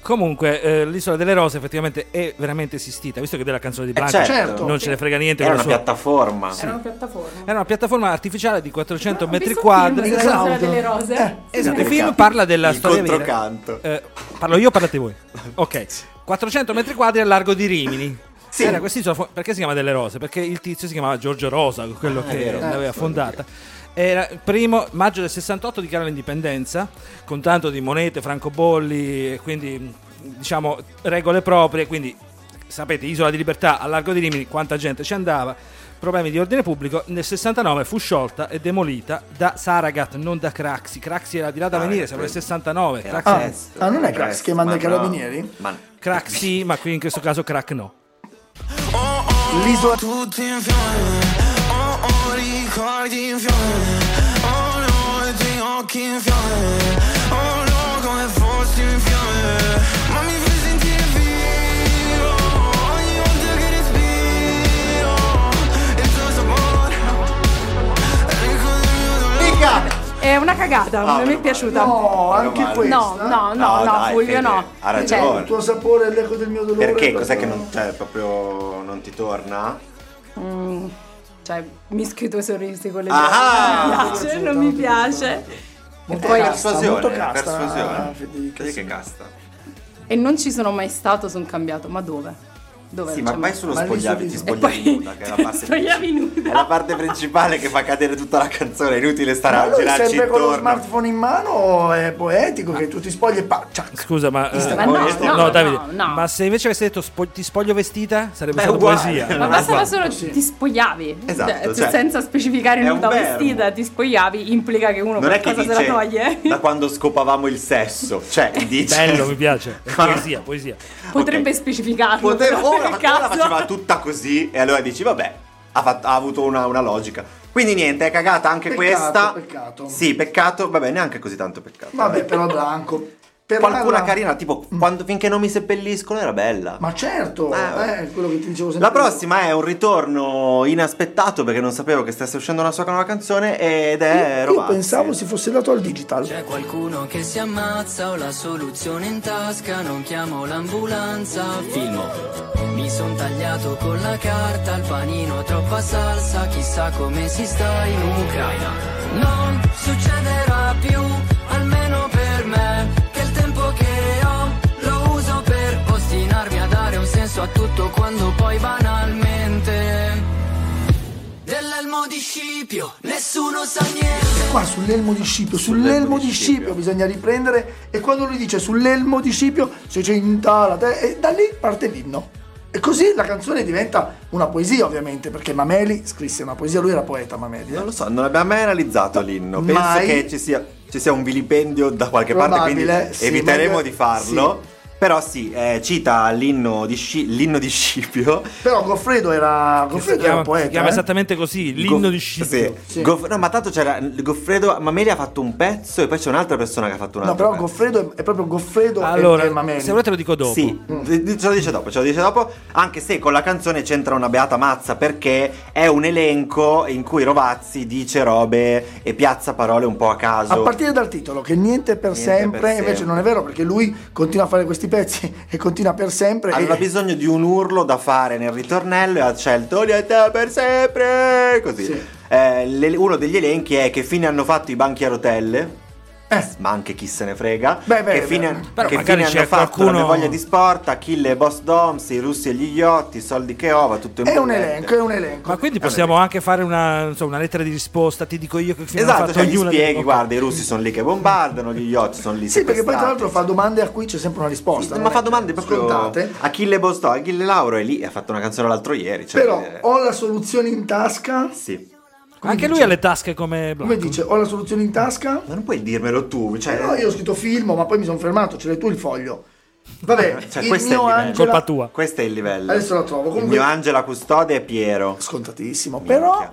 [SPEAKER 2] Comunque, eh, l'Isola delle Rose effettivamente è veramente esistita, visto che della canzone di Blanca
[SPEAKER 4] certo.
[SPEAKER 2] non ce ne frega niente.
[SPEAKER 4] Era
[SPEAKER 2] quella
[SPEAKER 4] una
[SPEAKER 2] sua-
[SPEAKER 4] piattaforma.
[SPEAKER 1] Era una piattaforma. Ah,
[SPEAKER 2] Era una piattaforma artificiale di 400
[SPEAKER 1] Ho
[SPEAKER 2] metri
[SPEAKER 1] visto
[SPEAKER 2] quadri.
[SPEAKER 1] un film
[SPEAKER 5] Esatto.
[SPEAKER 1] della Esatto. Sera delle rose.
[SPEAKER 2] E
[SPEAKER 1] Sì,
[SPEAKER 2] il
[SPEAKER 1] sì.
[SPEAKER 2] film parla della
[SPEAKER 4] Il
[SPEAKER 2] storia vera.
[SPEAKER 4] controcanto.
[SPEAKER 2] Eh, parlo io, o parlate
[SPEAKER 4] (laughs)
[SPEAKER 2] voi. Ok. 400 metri quadri al largo di Rimini.
[SPEAKER 4] Sì.
[SPEAKER 2] Era quest'isola fo- perché si chiama Delle Rose? Perché il tizio si chiamava Giorgio Rosa, quello che
[SPEAKER 4] Ah, vero.
[SPEAKER 2] l'aveva fondata. Era il primo maggio del 68 dichiara l'indipendenza, con tanto di monete, francobolli, e quindi diciamo regole proprie, quindi sapete, Isola di Libertà al largo di Rimini, quanta gente ci andava, problemi di ordine pubblico, nel 69 fu sciolta e demolita da Saragat, non da Craxi. Craxi era di là da venire, siamo nel 69.
[SPEAKER 4] Ah, Era
[SPEAKER 2] Craxi,
[SPEAKER 4] presto,
[SPEAKER 5] ah, non è
[SPEAKER 4] era
[SPEAKER 5] Crax
[SPEAKER 4] presto,
[SPEAKER 5] che manda
[SPEAKER 4] ma
[SPEAKER 5] i carabinieri?
[SPEAKER 4] no. Ma
[SPEAKER 2] Craxi, ma qui in questo caso crack no.
[SPEAKER 5] L'isola
[SPEAKER 7] Tutti in fiamme, oh oh ricordi in fiamme Oh no, i tuoi occhi in fiamme Oh no, come fossi in fiamme Ma mi fai sentire vivo Ogni volta che respiro Il tuo sapore Ecco il mio dolore
[SPEAKER 1] È una cagata, non mi è piaciuta.
[SPEAKER 5] Ah, No, anche
[SPEAKER 4] male.
[SPEAKER 5] questa.
[SPEAKER 1] no, no, no, no,
[SPEAKER 4] dai,
[SPEAKER 1] Fulvio
[SPEAKER 4] Fede,
[SPEAKER 1] no. Cioè,
[SPEAKER 4] ha ragione.
[SPEAKER 5] Il tuo sapore è l'eco del mio dolore.
[SPEAKER 4] perché? Cos'è che non cioè, proprio non ti torna?
[SPEAKER 1] Cioè, cioè, mischio i tuoi sorrisi con le mie.
[SPEAKER 4] Ah!
[SPEAKER 1] Non mi piace, non mi piace.
[SPEAKER 5] Molto
[SPEAKER 1] E poi-
[SPEAKER 5] casta, molto
[SPEAKER 4] Persuasione,
[SPEAKER 5] casta,
[SPEAKER 4] persuasione.
[SPEAKER 5] Federica,
[SPEAKER 4] Vedi
[SPEAKER 5] sì.
[SPEAKER 4] che casta.
[SPEAKER 1] E non ci sono mai stato, sono cambiato. Ma dove? Dove?
[SPEAKER 4] Sì,
[SPEAKER 1] non
[SPEAKER 4] ma
[SPEAKER 1] c'è
[SPEAKER 4] vai
[SPEAKER 1] mai-
[SPEAKER 4] sullo
[SPEAKER 5] Cioè, Ma lì
[SPEAKER 4] spogliavi, ti
[SPEAKER 5] si-
[SPEAKER 4] spogliavi
[SPEAKER 1] e poi-
[SPEAKER 4] nuda, che è la parte
[SPEAKER 5] (laughs)
[SPEAKER 1] spogliavi
[SPEAKER 4] principale.
[SPEAKER 1] nuda.
[SPEAKER 4] È la parte principale che fa cadere tutta la canzone, è inutile stare
[SPEAKER 5] Ma
[SPEAKER 4] a
[SPEAKER 5] lui
[SPEAKER 4] girarci
[SPEAKER 5] sempre con lo
[SPEAKER 4] intorno. Ah.
[SPEAKER 5] smartphone in mano è poetico che tu ti spogli e pa- cioè, ciac.
[SPEAKER 2] Scusa, ma. eh,
[SPEAKER 1] Ma no,
[SPEAKER 4] Questo-
[SPEAKER 1] no,
[SPEAKER 2] no, Davide,
[SPEAKER 1] no, no.
[SPEAKER 2] ma se invece avessi detto spo- ti spoglio vestita, sarebbe
[SPEAKER 4] Beh,
[SPEAKER 2] stata
[SPEAKER 4] uguale.
[SPEAKER 2] poesia.
[SPEAKER 1] Ma
[SPEAKER 4] Non è
[SPEAKER 1] bastava
[SPEAKER 4] fatto,
[SPEAKER 1] solo
[SPEAKER 5] sì.
[SPEAKER 1] ti spogliavi.
[SPEAKER 4] Esatto,
[SPEAKER 1] Cioè,
[SPEAKER 4] cioè,
[SPEAKER 1] senza specificare
[SPEAKER 4] è un
[SPEAKER 1] nuda
[SPEAKER 4] verbo.
[SPEAKER 1] vestita, ti spogliavi implica che uno
[SPEAKER 4] Non è che
[SPEAKER 1] qualcosa se la
[SPEAKER 4] dice
[SPEAKER 1] toglie. (laughs)
[SPEAKER 4] da quando scopavamo il sesso,
[SPEAKER 5] (laughs)
[SPEAKER 4] cioè dice
[SPEAKER 2] Bello, mi
[SPEAKER 4] (laughs)
[SPEAKER 2] piace. È Poesia, poesia.
[SPEAKER 1] Potrebbe
[SPEAKER 4] Ok.
[SPEAKER 1] specificarlo.
[SPEAKER 4] Poteva,
[SPEAKER 1] però,
[SPEAKER 4] o
[SPEAKER 1] per
[SPEAKER 4] la, o la
[SPEAKER 1] caso.
[SPEAKER 4] faceva tutta così e allora dici vabbè, ha, fatto- ha avuto una, una logica. Quindi niente, è cagata anche
[SPEAKER 5] Peccato,
[SPEAKER 4] questa.
[SPEAKER 5] peccato.
[SPEAKER 4] Sì, peccato, vabbè, neanche così tanto peccato.
[SPEAKER 5] Vabbè, però Blanco. Per Mm.
[SPEAKER 4] Qualcuna
[SPEAKER 5] Lalla-
[SPEAKER 4] carina, tipo quando- finché non mi seppelliscono era bella.
[SPEAKER 5] Ma certo,
[SPEAKER 4] Eh,
[SPEAKER 5] eh, è quello che ti dicevo sempre.
[SPEAKER 4] La prossima è un ritorno inaspettato perché non sapevo che stesse uscendo una sua nuova canzone ed è
[SPEAKER 5] Io
[SPEAKER 4] Rovazzi.
[SPEAKER 5] pensavo si fosse dato al digital.
[SPEAKER 8] C'è qualcuno che si ammazza, ho la soluzione in tasca, non chiamo l'ambulanza, filmo. Mi son tagliato con la carta, al panino troppa salsa, chissà come si sta in Ucraina. Non succederà più, almeno per me, che il tempo che ho lo uso per ostinarmi a dare un senso a tutto quando poi banalmente... Dell'elmo di Scipio, nessuno sa niente.
[SPEAKER 5] Qua sull'elmo di Scipio, sull'elmo di Scipio bisogna riprendere. E quando lui dice sull'elmo di Scipio, se c'è in tala, te- e da lì parte l'inno. E così la canzone diventa una poesia, ovviamente, perché Mameli scrisse una poesia, lui era poeta Mameli. eh.
[SPEAKER 4] Non lo so, non abbiamo mai analizzato l'inno. Penso
[SPEAKER 5] Mai.
[SPEAKER 4] che ci sia, ci sia un vilipendio da qualche parte, quindi
[SPEAKER 5] Probabile, sì,
[SPEAKER 4] eviteremo
[SPEAKER 5] ma-
[SPEAKER 4] di farlo.
[SPEAKER 5] sì.
[SPEAKER 4] Però sì, eh, cita l'inno di, Sci- l'inno di Scipio.
[SPEAKER 5] Però Goffredo era, Goffredo era un poeta.
[SPEAKER 2] si chiama
[SPEAKER 5] eh?
[SPEAKER 2] esattamente così, l'inno
[SPEAKER 4] Goff-
[SPEAKER 2] di Scipio.
[SPEAKER 4] sì.
[SPEAKER 5] Sì.
[SPEAKER 4] Goff- no, ma tanto c'era Goffredo Mameli ha fatto un pezzo e poi c'è un'altra persona che ha fatto un
[SPEAKER 5] No,
[SPEAKER 4] altro
[SPEAKER 5] però
[SPEAKER 4] pezzo.
[SPEAKER 5] Goffredo è, è proprio Goffredo
[SPEAKER 2] Allora,
[SPEAKER 5] e, e Mameli.
[SPEAKER 2] se volete lo dico dopo.
[SPEAKER 4] Sì, d- ce lo dice dopo, ce lo dice dopo, anche se con la canzone c'entra una beata mazza perché è un elenco in cui Rovazzi dice robe e piazza parole un po' a caso.
[SPEAKER 5] A partire dal titolo, che niente per
[SPEAKER 4] Niente
[SPEAKER 5] sempre,
[SPEAKER 4] per
[SPEAKER 5] invece
[SPEAKER 4] sempre.
[SPEAKER 5] non è vero perché lui continua a fare questi pezzi (laughs) e continua per sempre.
[SPEAKER 4] Aveva
[SPEAKER 5] (laughs) e...
[SPEAKER 4] bisogno di un urlo da fare nel ritornello e ha scelto Niente per sempre, così.
[SPEAKER 5] Sì.
[SPEAKER 4] Eh, le- uno degli elenchi è che fine hanno fatto i banchi a rotelle.
[SPEAKER 5] eh,
[SPEAKER 4] Ma anche chi se ne frega.
[SPEAKER 5] Beh, beh,
[SPEAKER 4] che
[SPEAKER 5] beh.
[SPEAKER 4] fine,
[SPEAKER 2] Però
[SPEAKER 4] che
[SPEAKER 2] magari
[SPEAKER 4] fine
[SPEAKER 2] c'è
[SPEAKER 4] hanno fatto
[SPEAKER 2] qualcuno-
[SPEAKER 4] le voglia di sport, Achille, e Boss Doms, i russi e gli iotti, i soldi che ova, tutto in
[SPEAKER 5] È un
[SPEAKER 4] bollette.
[SPEAKER 5] elenco, è un elenco.
[SPEAKER 2] Ma quindi possiamo anche fare una, non so, una lettera di risposta, ti dico io che fine ha
[SPEAKER 4] Esatto,
[SPEAKER 2] fatto
[SPEAKER 4] cioè gli
[SPEAKER 2] ognuna
[SPEAKER 4] spieghi,
[SPEAKER 2] delle-
[SPEAKER 4] guarda, i russi sono lì che bombardano, gli yacht sono lì
[SPEAKER 5] Sì, perché poi tra
[SPEAKER 4] sequestrati.
[SPEAKER 5] l'altro fa domande a cui c'è sempre una risposta. non
[SPEAKER 4] ma
[SPEAKER 5] è
[SPEAKER 4] fa domande proprio
[SPEAKER 5] scontate.
[SPEAKER 4] Achille Bostò, Achille Lauro è lì, ha fatto una canzone l'altro ieri, cioè,
[SPEAKER 5] Però
[SPEAKER 4] eh,
[SPEAKER 5] ho la soluzione in tasca.
[SPEAKER 4] sì.
[SPEAKER 2] Anche lui ha le tasche come Blanco.
[SPEAKER 5] Come dice, ho la soluzione in tasca. Eh,
[SPEAKER 4] Ma non puoi dirmelo tu, cioè
[SPEAKER 5] No, io ho scritto filmo, ma poi mi sono fermato, ce l'hai tu il foglio. Vabbè,
[SPEAKER 4] (laughs) Cioè,
[SPEAKER 5] il
[SPEAKER 4] questo è il
[SPEAKER 5] mio
[SPEAKER 4] livello.
[SPEAKER 5] Angela...
[SPEAKER 2] Colpa tua.
[SPEAKER 4] questo è il livello.
[SPEAKER 5] Adesso la trovo,
[SPEAKER 4] Il
[SPEAKER 5] comunque-
[SPEAKER 4] mio Angela Custode è Piero.
[SPEAKER 5] Scontatissimo,
[SPEAKER 4] Minchia.
[SPEAKER 5] però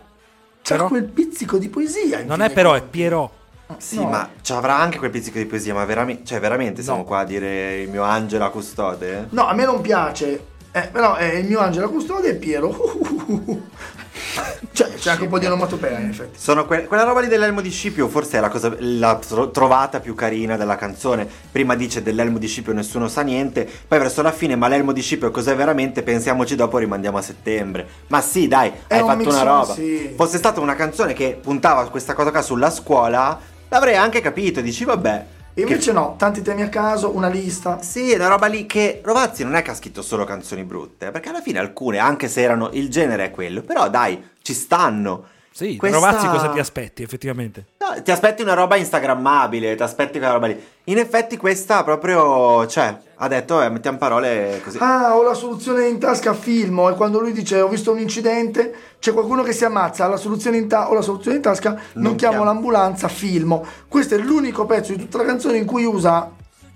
[SPEAKER 5] c'è
[SPEAKER 2] Però?
[SPEAKER 5] quel pizzico di poesia. in
[SPEAKER 2] Non
[SPEAKER 5] fine.
[SPEAKER 2] è però, è Pierrot.
[SPEAKER 4] Sì,
[SPEAKER 5] No.
[SPEAKER 4] ma ci avrà anche quel pizzico di poesia, ma veramente, cioè veramente siamo qua a dire il mio Angela Custode?
[SPEAKER 5] No, a me non piace. Eh, però è il mio angelo custode e Piero. (laughs) cioè, c'è anche un po' di onomatopea in effetti.
[SPEAKER 4] Sono que- quella roba lì dell'elmo di Scipio, forse è la cosa la tro- trovata più carina della canzone. Prima dice dell'elmo di Scipio nessuno sa niente, poi verso la fine, ma l'elmo di Scipio cos'è veramente? Pensiamoci dopo, rimandiamo a settembre. Ma sì, dai,
[SPEAKER 5] È
[SPEAKER 4] hai
[SPEAKER 5] un
[SPEAKER 4] fatto
[SPEAKER 5] mix-
[SPEAKER 4] una roba.
[SPEAKER 5] sì.
[SPEAKER 4] Fosse stata una canzone che puntava questa cosa qua sulla scuola, l'avrei anche capito, dici vabbè.
[SPEAKER 5] E
[SPEAKER 4] che-
[SPEAKER 5] invece no, tanti temi a caso, una lista.
[SPEAKER 4] sì, è una roba lì che Rovazzi non è che ha scritto solo canzoni brutte, perché alla fine alcune, anche se erano il genere è quello, però dai, ci stanno.
[SPEAKER 2] Sì,
[SPEAKER 4] Questa-
[SPEAKER 2] Rovazzi cosa ti aspetti effettivamente?
[SPEAKER 4] No, ti aspetti una roba instagrammabile, ti aspetti quella roba lì. In effetti questa proprio, cioè, ha detto, eh, mettiamo parole così.
[SPEAKER 5] Ah, ho la soluzione in tasca a filmo e quando lui dice ho visto un incidente, c'è qualcuno che si ammazza, ha la soluzione in ta- ho la soluzione in tasca, non,
[SPEAKER 4] Non
[SPEAKER 5] chiamo,
[SPEAKER 4] chiamo.
[SPEAKER 5] l'ambulanza, filmo. Questo è l'unico pezzo di tutta la canzone in cui usa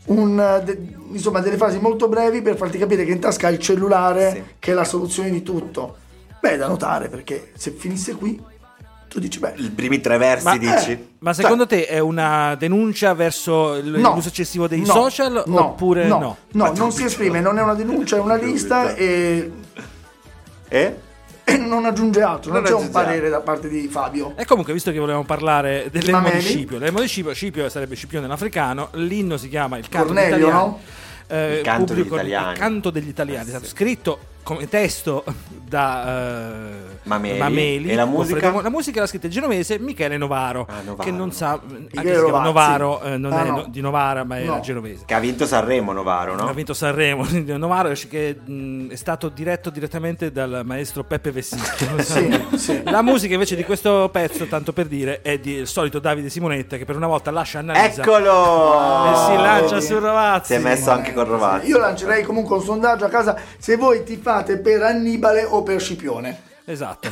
[SPEAKER 5] un, eh, de- insomma, delle frasi molto brevi per farti capire che in tasca ha il cellulare,
[SPEAKER 4] Sì.
[SPEAKER 5] che è la soluzione di tutto. Beh, è da notare perché se finisse qui, tu dici beh...
[SPEAKER 4] I primi tre versi
[SPEAKER 2] Ma-
[SPEAKER 4] dici.
[SPEAKER 5] eh.
[SPEAKER 2] Ma secondo te è una denuncia verso il-
[SPEAKER 5] No.
[SPEAKER 2] l'uso eccessivo dei
[SPEAKER 5] No.
[SPEAKER 2] social
[SPEAKER 5] No.
[SPEAKER 2] oppure no?
[SPEAKER 5] no? No, non si esprime, non è una denuncia, è una lista e,
[SPEAKER 4] (laughs) Eh?
[SPEAKER 5] e non aggiunge altro, non,
[SPEAKER 4] Non
[SPEAKER 5] c'è un
[SPEAKER 4] aggiunge altro.
[SPEAKER 5] parere da parte di Fabio.
[SPEAKER 2] E comunque, visto che volevamo parlare dell'elmo
[SPEAKER 5] Mameli?
[SPEAKER 2] di Scipio, l'elmo di Scipio, Scipio sarebbe Scipione l'africano, l'inno si chiama Il canto
[SPEAKER 5] Cornelio,
[SPEAKER 2] degli italiani.
[SPEAKER 5] no?
[SPEAKER 2] Eh,
[SPEAKER 4] Il canto degli
[SPEAKER 2] pubblico-
[SPEAKER 4] italiani. Eh,
[SPEAKER 2] Il canto degli italiani, è stato scritto come testo da eh,
[SPEAKER 4] Mameli. E la musica?
[SPEAKER 2] Goffredo- la musica l'ha scritta il genovese Michele Novaro,
[SPEAKER 4] Ah, Novaro.
[SPEAKER 2] che non sa, eh, anche
[SPEAKER 5] Michele
[SPEAKER 2] se si chiama
[SPEAKER 5] Rovazzi.
[SPEAKER 2] Novaro eh, non
[SPEAKER 5] Ah,
[SPEAKER 2] è
[SPEAKER 5] no.
[SPEAKER 2] no- di Novara, ma era
[SPEAKER 5] No.
[SPEAKER 2] genovese.
[SPEAKER 4] Cioè, Che ha vinto Sanremo Novaro,
[SPEAKER 2] Ha
[SPEAKER 4] no?
[SPEAKER 2] vinto Sanremo, (laughs) Novaro che mh, è stato diretto direttamente dal maestro Peppe
[SPEAKER 4] (laughs)
[SPEAKER 2] Vessicchio.
[SPEAKER 5] Sì, sì.
[SPEAKER 2] La musica invece di questo pezzo, tanto per dire, è di- il solito Davide Simonetta che per una volta lascia Annalisa
[SPEAKER 4] Ecco, Eccolo!
[SPEAKER 2] e esatto. Eh, si lancia
[SPEAKER 5] vedi.
[SPEAKER 2] su Rovazzi.
[SPEAKER 4] Si è messo anche con Rovazzi.
[SPEAKER 5] Io lancerei comunque un sondaggio a casa se voi tifate per Annibale o per Scipione.
[SPEAKER 2] Esatto.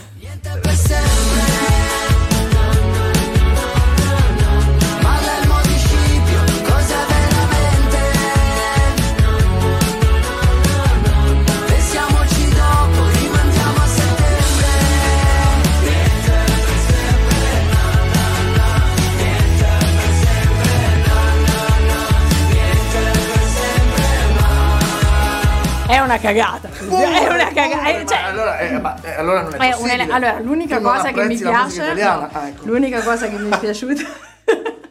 [SPEAKER 8] Ma l'elmo di Scipio cosa veramente? Pensiamoci dopo, rimandiamo a settembre.
[SPEAKER 1] È
[SPEAKER 4] (laughs)
[SPEAKER 1] una cagata. È una cagata.
[SPEAKER 5] Ma
[SPEAKER 1] eh, Cioè,
[SPEAKER 5] allora, eh, ma, eh, allora non è
[SPEAKER 1] è un
[SPEAKER 5] possibile.
[SPEAKER 1] ele- allora, l'unica
[SPEAKER 5] Tu non
[SPEAKER 1] cosa che mi
[SPEAKER 5] apprezzi la musica
[SPEAKER 1] piace.
[SPEAKER 5] italiana?
[SPEAKER 1] no,
[SPEAKER 5] Ah, ecco.
[SPEAKER 1] L'unica cosa che
[SPEAKER 4] (laughs)
[SPEAKER 1] mi è piaciuta. (laughs)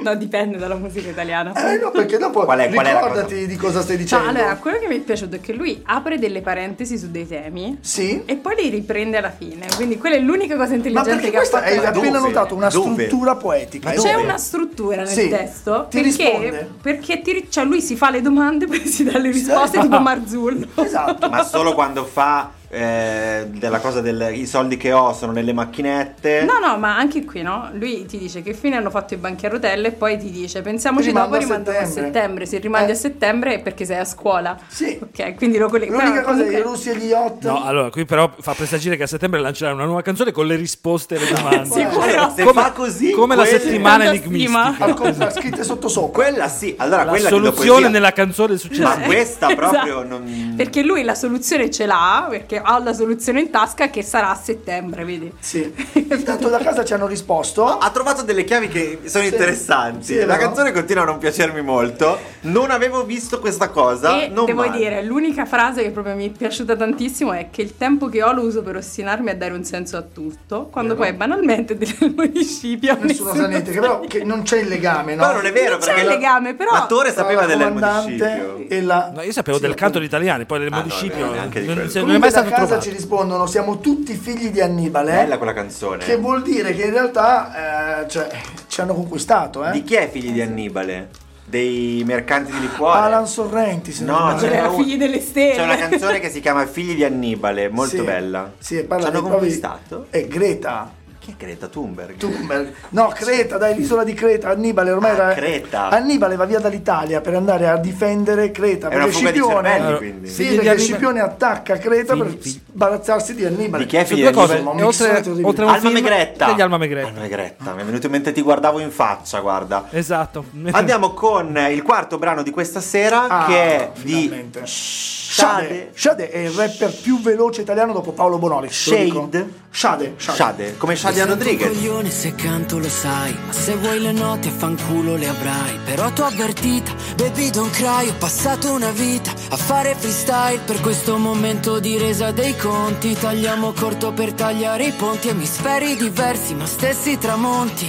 [SPEAKER 1] no, dipende dalla musica italiana.
[SPEAKER 5] Eh no, perché dopo
[SPEAKER 4] Qual è- qual è la
[SPEAKER 5] ricordati
[SPEAKER 4] cosa?
[SPEAKER 5] di cosa stai
[SPEAKER 1] No,
[SPEAKER 5] dicendo.
[SPEAKER 1] allora, quello che mi è piaciuto è che lui apre delle parentesi su dei temi
[SPEAKER 5] Sì?
[SPEAKER 1] e poi li riprende alla fine. Quindi quella è l'unica cosa
[SPEAKER 5] Ma
[SPEAKER 1] intelligente
[SPEAKER 5] perché
[SPEAKER 1] che ha
[SPEAKER 5] questa
[SPEAKER 1] fatto.
[SPEAKER 5] hai
[SPEAKER 4] Ma dove?
[SPEAKER 5] appena notato una
[SPEAKER 4] Dove?
[SPEAKER 5] struttura poetica.
[SPEAKER 1] C'è
[SPEAKER 4] dove?
[SPEAKER 1] una struttura nel
[SPEAKER 5] Sì,
[SPEAKER 1] testo
[SPEAKER 5] ti risponde.
[SPEAKER 1] perché, perché ti (laughs) ri- cioè lui si fa le domande, poi si dà le risposte tipo Marzullo.
[SPEAKER 5] (laughs) Esatto.
[SPEAKER 4] Ma solo quando fa eh, della cosa del i soldi che ho sono nelle macchinette.
[SPEAKER 1] No, no, ma anche qui, no? Lui ti dice che fine hanno fatto i banchi a rotelle e poi ti dice pensiamoci
[SPEAKER 5] Rimando
[SPEAKER 1] dopo,
[SPEAKER 5] a
[SPEAKER 1] rimandiamo a
[SPEAKER 5] settembre.
[SPEAKER 1] settembre. Se rimandi
[SPEAKER 5] Eh.
[SPEAKER 1] a settembre è perché sei a scuola.
[SPEAKER 5] Sì.
[SPEAKER 1] Ok, quindi lo colleghi.
[SPEAKER 5] L'unica
[SPEAKER 1] però
[SPEAKER 5] cosa è che i
[SPEAKER 1] comunque-
[SPEAKER 5] russi e gli yacht.
[SPEAKER 2] No, allora, qui però fa presagire che a settembre lanceranno una nuova canzone con le risposte alle domande.
[SPEAKER 1] Sicuro.
[SPEAKER 4] Se fa così,
[SPEAKER 2] come la
[SPEAKER 4] quella-
[SPEAKER 2] settimana
[SPEAKER 1] Tanta
[SPEAKER 2] enigmistica.
[SPEAKER 1] stima.
[SPEAKER 5] al contrario, scritte sotto sopra.
[SPEAKER 4] Quella sì, allora
[SPEAKER 2] La
[SPEAKER 4] quella
[SPEAKER 2] soluzione
[SPEAKER 4] di
[SPEAKER 2] nella cioè, canzone successiva.
[SPEAKER 4] Ma questa proprio
[SPEAKER 1] (laughs) Esatto.
[SPEAKER 4] non...
[SPEAKER 1] Perché lui la soluzione ce l'ha, perché ha la soluzione in tasca che sarà a settembre, vedi?
[SPEAKER 5] Sì. Intanto da casa ci hanno
[SPEAKER 2] Ah,
[SPEAKER 5] risposto.
[SPEAKER 4] Ha trovato delle chiavi che sono interessanti.
[SPEAKER 5] Sì,
[SPEAKER 4] la
[SPEAKER 5] no?
[SPEAKER 4] canzone continua a non piacermi molto. Non avevo visto questa cosa.
[SPEAKER 1] E
[SPEAKER 4] non
[SPEAKER 1] devo
[SPEAKER 4] male.
[SPEAKER 1] dire, l'unica frase che proprio mi è piaciuta tantissimo è che il tempo che ho lo uso per ostinarmi a dare un senso a tutto, quando poi banalmente del (laughs) municipio
[SPEAKER 5] Nessuno sa niente, che però che non c'è il legame, no?
[SPEAKER 4] Però non è vero
[SPEAKER 1] Non c'è
[SPEAKER 4] perché
[SPEAKER 1] il
[SPEAKER 4] la-
[SPEAKER 1] legame, però-
[SPEAKER 4] l'attore
[SPEAKER 5] Tra
[SPEAKER 4] sapeva
[SPEAKER 5] la
[SPEAKER 4] dell'erbo di
[SPEAKER 5] comandante
[SPEAKER 4] Scipio.
[SPEAKER 5] e la...
[SPEAKER 2] No, io sapevo
[SPEAKER 5] Sì,
[SPEAKER 2] del canto di italiani, poi del
[SPEAKER 4] Ah, no,
[SPEAKER 2] municipio.
[SPEAKER 4] vabbè, neanche di
[SPEAKER 2] non,
[SPEAKER 4] quello.
[SPEAKER 2] se- non è mai
[SPEAKER 5] Comunque da
[SPEAKER 2] stato
[SPEAKER 5] casa
[SPEAKER 2] trovato.
[SPEAKER 5] ci rispondono, siamo tutti figli di Annibale.
[SPEAKER 4] Bella quella canzone.
[SPEAKER 5] Che vuol dire che in realtà eh, cioè, ci hanno conquistato, eh?
[SPEAKER 4] Di chi è figli di Annibale? Dei mercanti di liquore?
[SPEAKER 5] Alan Sorrenti, se non
[SPEAKER 4] No,
[SPEAKER 5] sbaglio.
[SPEAKER 4] ce n'era
[SPEAKER 1] Era
[SPEAKER 4] una-
[SPEAKER 1] Figli cioè, delle Stelle.
[SPEAKER 4] C'è una canzone che si chiama Figli di Annibale, molto
[SPEAKER 5] Sì,
[SPEAKER 4] bella.
[SPEAKER 5] Sì, parla
[SPEAKER 4] Ci hanno
[SPEAKER 5] dei propri-
[SPEAKER 4] conquistato.
[SPEAKER 5] E Greta
[SPEAKER 4] Chi è Greta Thunberg?
[SPEAKER 5] Thunberg. No, Creta, dai, l'isola di Creta. Annibale ormai
[SPEAKER 4] Ah,
[SPEAKER 5] era.
[SPEAKER 4] Creta.
[SPEAKER 5] Annibale va via dall'Italia per andare a difendere Creta.
[SPEAKER 4] È una
[SPEAKER 5] perché
[SPEAKER 4] fuga di
[SPEAKER 5] Scipione-
[SPEAKER 4] cervelli,
[SPEAKER 2] Allora,
[SPEAKER 4] quindi.
[SPEAKER 5] Sì,
[SPEAKER 2] Figli di
[SPEAKER 5] perché
[SPEAKER 2] Annibale-
[SPEAKER 5] Scipione attacca Creta per
[SPEAKER 2] Figli- figli-
[SPEAKER 5] sbarazzarsi di Annibale.
[SPEAKER 4] Di chi è
[SPEAKER 2] Su
[SPEAKER 4] figli di
[SPEAKER 2] due cose,
[SPEAKER 4] Annibale?
[SPEAKER 5] Insomma, un
[SPEAKER 2] e oltre,
[SPEAKER 5] mixato terribile.
[SPEAKER 2] oltre a un
[SPEAKER 4] Alma
[SPEAKER 2] film
[SPEAKER 4] Megretta.
[SPEAKER 2] degli Alma Megretta.
[SPEAKER 4] Alma Megretta, mi è venuto in mente ti guardavo in faccia, guarda.
[SPEAKER 2] Esatto.
[SPEAKER 4] Andiamo con il quarto brano di questa sera
[SPEAKER 5] Ah,
[SPEAKER 4] che è
[SPEAKER 5] finalmente.
[SPEAKER 4] di
[SPEAKER 5] Shade.
[SPEAKER 4] Shade.
[SPEAKER 5] Shade è il rapper più veloce italiano dopo Paolo Bonoli. te lo
[SPEAKER 4] Shade.
[SPEAKER 5] dico. Shade. Shade.
[SPEAKER 4] Shade, come Shadian
[SPEAKER 8] Mi sento un
[SPEAKER 4] Rodriguez.
[SPEAKER 8] coglione se canto lo sai Ma se vuoi le note fanculo le avrai Però t'ho avvertita, baby don't cry Ho passato una vita a fare freestyle Per questo momento di resa dei conti Tagliamo corto per tagliare i ponti Emisferi diversi ma stessi tramonti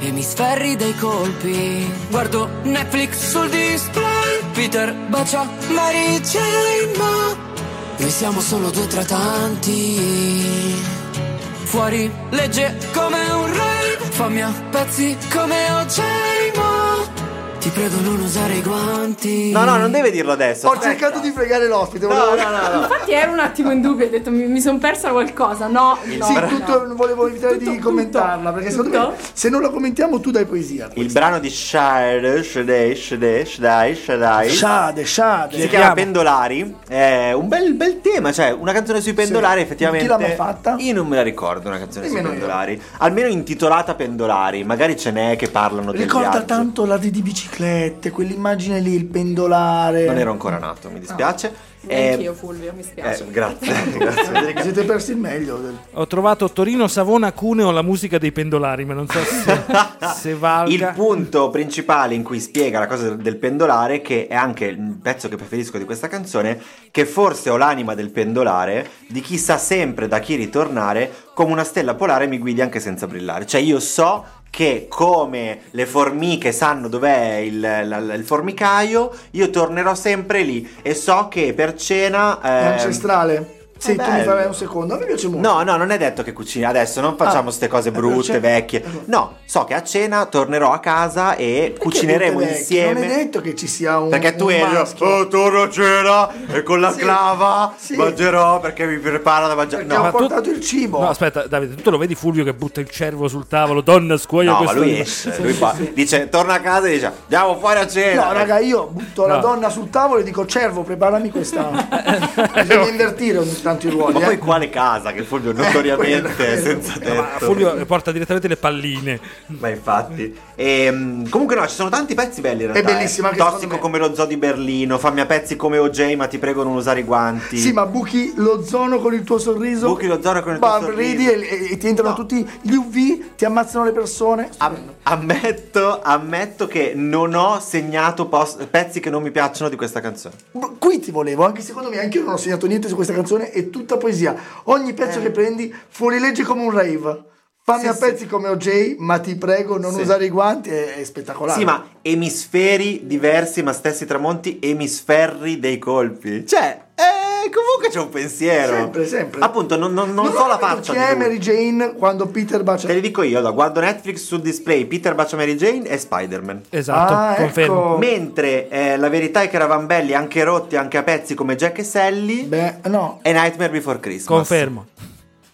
[SPEAKER 8] Emisferi dei colpi Guardo Netflix sul display Peter bacia Mary Jane ma Noi siamo solo due tra tanti Fuori legge come un re Fammi a pezzi come Oceimo Ti prego non usare i guanti
[SPEAKER 4] No, no, non deve dirlo adesso. Cioè,
[SPEAKER 5] Ho
[SPEAKER 4] aspetta.
[SPEAKER 5] cercato di fregare l'ospite.
[SPEAKER 4] No,
[SPEAKER 5] volevo-
[SPEAKER 4] no, no, no.
[SPEAKER 1] Infatti ero un attimo in dubbio, ho detto mi, mi sono persa qualcosa, no, no,
[SPEAKER 5] Sì,
[SPEAKER 1] no.
[SPEAKER 5] tutto volevo evitare
[SPEAKER 1] Tutto,
[SPEAKER 5] di
[SPEAKER 1] tutto.
[SPEAKER 5] commentarla perché secondo me
[SPEAKER 1] Tutto?
[SPEAKER 5] se non la commentiamo tu dai poesia.
[SPEAKER 4] Il brano di Shade, Shade, Shade, Shade, Shade.
[SPEAKER 5] Shade, Shade.
[SPEAKER 4] Si chiama Pendolari, è un bel, bel tema, cioè una canzone sui pendolari
[SPEAKER 5] Sì.
[SPEAKER 4] effettivamente...
[SPEAKER 5] Chi l'aveva fatta?
[SPEAKER 4] Io non me la ricordo una canzone sui
[SPEAKER 5] Nemmeno io.
[SPEAKER 4] pendolari, almeno intitolata Pendolari, magari ce n'è che parlano del
[SPEAKER 5] Ricorda
[SPEAKER 4] viaggio.
[SPEAKER 5] tanto la di, di biciclette, quell'immagine lì, il pendolare.
[SPEAKER 4] Non ero ancora nato, mi dispiace. Eh,
[SPEAKER 1] Neanch'io Fulvio, mi spiace.
[SPEAKER 4] eh, grazie, grazie
[SPEAKER 5] Vi
[SPEAKER 4] Federica.
[SPEAKER 5] siete persi il meglio. del-
[SPEAKER 2] Ho trovato Torino, Savona, Cuneo, la musica dei pendolari, ma non so se,
[SPEAKER 4] (laughs)
[SPEAKER 2] se valga.
[SPEAKER 4] Il punto principale in cui spiega la cosa del pendolare, che è anche il pezzo che preferisco di questa canzone, che forse ho l'anima del pendolare, di chi sa sempre da chi ritornare, come una stella polare mi guidi anche senza brillare. Cioè io so che come le formiche sanno dov'è il, la- la- il formicaio, io tornerò sempre lì e so che per cena...
[SPEAKER 5] È
[SPEAKER 4] ehm,
[SPEAKER 5] ancestrale. Sì, tu mi
[SPEAKER 4] bello.
[SPEAKER 5] farai un secondo. A me piace molto.
[SPEAKER 4] No, no, non è detto che cucina adesso, non facciamo queste cose
[SPEAKER 5] (laughs) eh,
[SPEAKER 4] brutte,
[SPEAKER 5] cioè-
[SPEAKER 4] vecchie. No, so che a cena tornerò a casa e
[SPEAKER 5] Perché
[SPEAKER 4] cucineremo
[SPEAKER 5] dite vecchi?
[SPEAKER 4] insieme.
[SPEAKER 5] Non è detto che ci sia un.
[SPEAKER 4] Perché tu
[SPEAKER 5] un
[SPEAKER 4] eri
[SPEAKER 5] maschio.
[SPEAKER 4] oh, torno a cena e con la
[SPEAKER 5] Sì,
[SPEAKER 4] clava
[SPEAKER 5] sì.
[SPEAKER 4] mangerò perché mi preparo da mangiare.
[SPEAKER 5] Perché ho
[SPEAKER 4] No,
[SPEAKER 2] tu-
[SPEAKER 5] portato il cibo.
[SPEAKER 2] No, aspetta, Davide, tu lo vedi Fulvio che butta il cervo sul tavolo, donna scuoia
[SPEAKER 4] no, ma
[SPEAKER 2] questo.
[SPEAKER 4] lui esce, lui fa- dice torna a casa e dice andiamo fuori a cena.
[SPEAKER 5] No, raga, io butto la
[SPEAKER 2] No.
[SPEAKER 5] donna sul tavolo e dico: Cervo, preparami questa. Bisogna invertire ogni tanto i ruoli.
[SPEAKER 4] Ma
[SPEAKER 5] eh.
[SPEAKER 4] poi quale casa che Fulvio notoriamente
[SPEAKER 5] Eh, quello,
[SPEAKER 4] senza
[SPEAKER 2] Ma
[SPEAKER 4] tetto.
[SPEAKER 2] Ah, Fulvio porta direttamente le palline.
[SPEAKER 4] Ma infatti, Ehm, comunque, no, ci sono tanti pezzi belli in realtà.
[SPEAKER 5] bellissimo
[SPEAKER 4] eh.
[SPEAKER 5] anche
[SPEAKER 4] Tossico
[SPEAKER 5] secondo me.
[SPEAKER 4] come lo zoo di Berlino, fammi a pezzi come OJ, ma ti prego non usare i guanti.
[SPEAKER 5] Sì, ma buchi l'ozono con il tuo sorriso.
[SPEAKER 4] Buchi l'ozono con il tuo
[SPEAKER 5] Bam,
[SPEAKER 4] sorriso.
[SPEAKER 5] Ridi e, e ti entrano
[SPEAKER 4] No.
[SPEAKER 5] tutti gli UV, ti ammazzano le persone.
[SPEAKER 4] Am- ammetto, ammetto che non ho segnato pos- pezzi che non mi piacciono di questa canzone.
[SPEAKER 5] Qui ti volevo, anche secondo me, anche io non ho segnato niente su questa canzone, è tutta poesia. Ogni
[SPEAKER 4] Eh.
[SPEAKER 5] pezzo che prendi fuorilegge come un rave. Fammi a pezzi come OJ, ma ti prego non
[SPEAKER 4] Sì.
[SPEAKER 5] usare i guanti, è, è spettacolare.
[SPEAKER 4] Sì, ma emisferi diversi, ma stessi tramonti, emisferri dei colpi. Cioè, è E comunque c'è un pensiero.
[SPEAKER 5] Sempre, sempre.
[SPEAKER 4] Appunto, non, non, non so la faccia.
[SPEAKER 5] capito Chi è
[SPEAKER 4] Di lui.
[SPEAKER 5] Mary Jane quando Peter bacia.
[SPEAKER 4] Te li dico io, allora, guardo Netflix sul display, Peter bacia Mary Jane e Spider-Man.
[SPEAKER 2] Esatto,
[SPEAKER 5] Ah, ecco.
[SPEAKER 2] confermo.
[SPEAKER 4] Mentre eh, la verità è che eravamo belli anche rotti, anche a pezzi come Jack e Sally
[SPEAKER 5] Beh, no.
[SPEAKER 4] e Nightmare Before Christmas.
[SPEAKER 2] Confermo.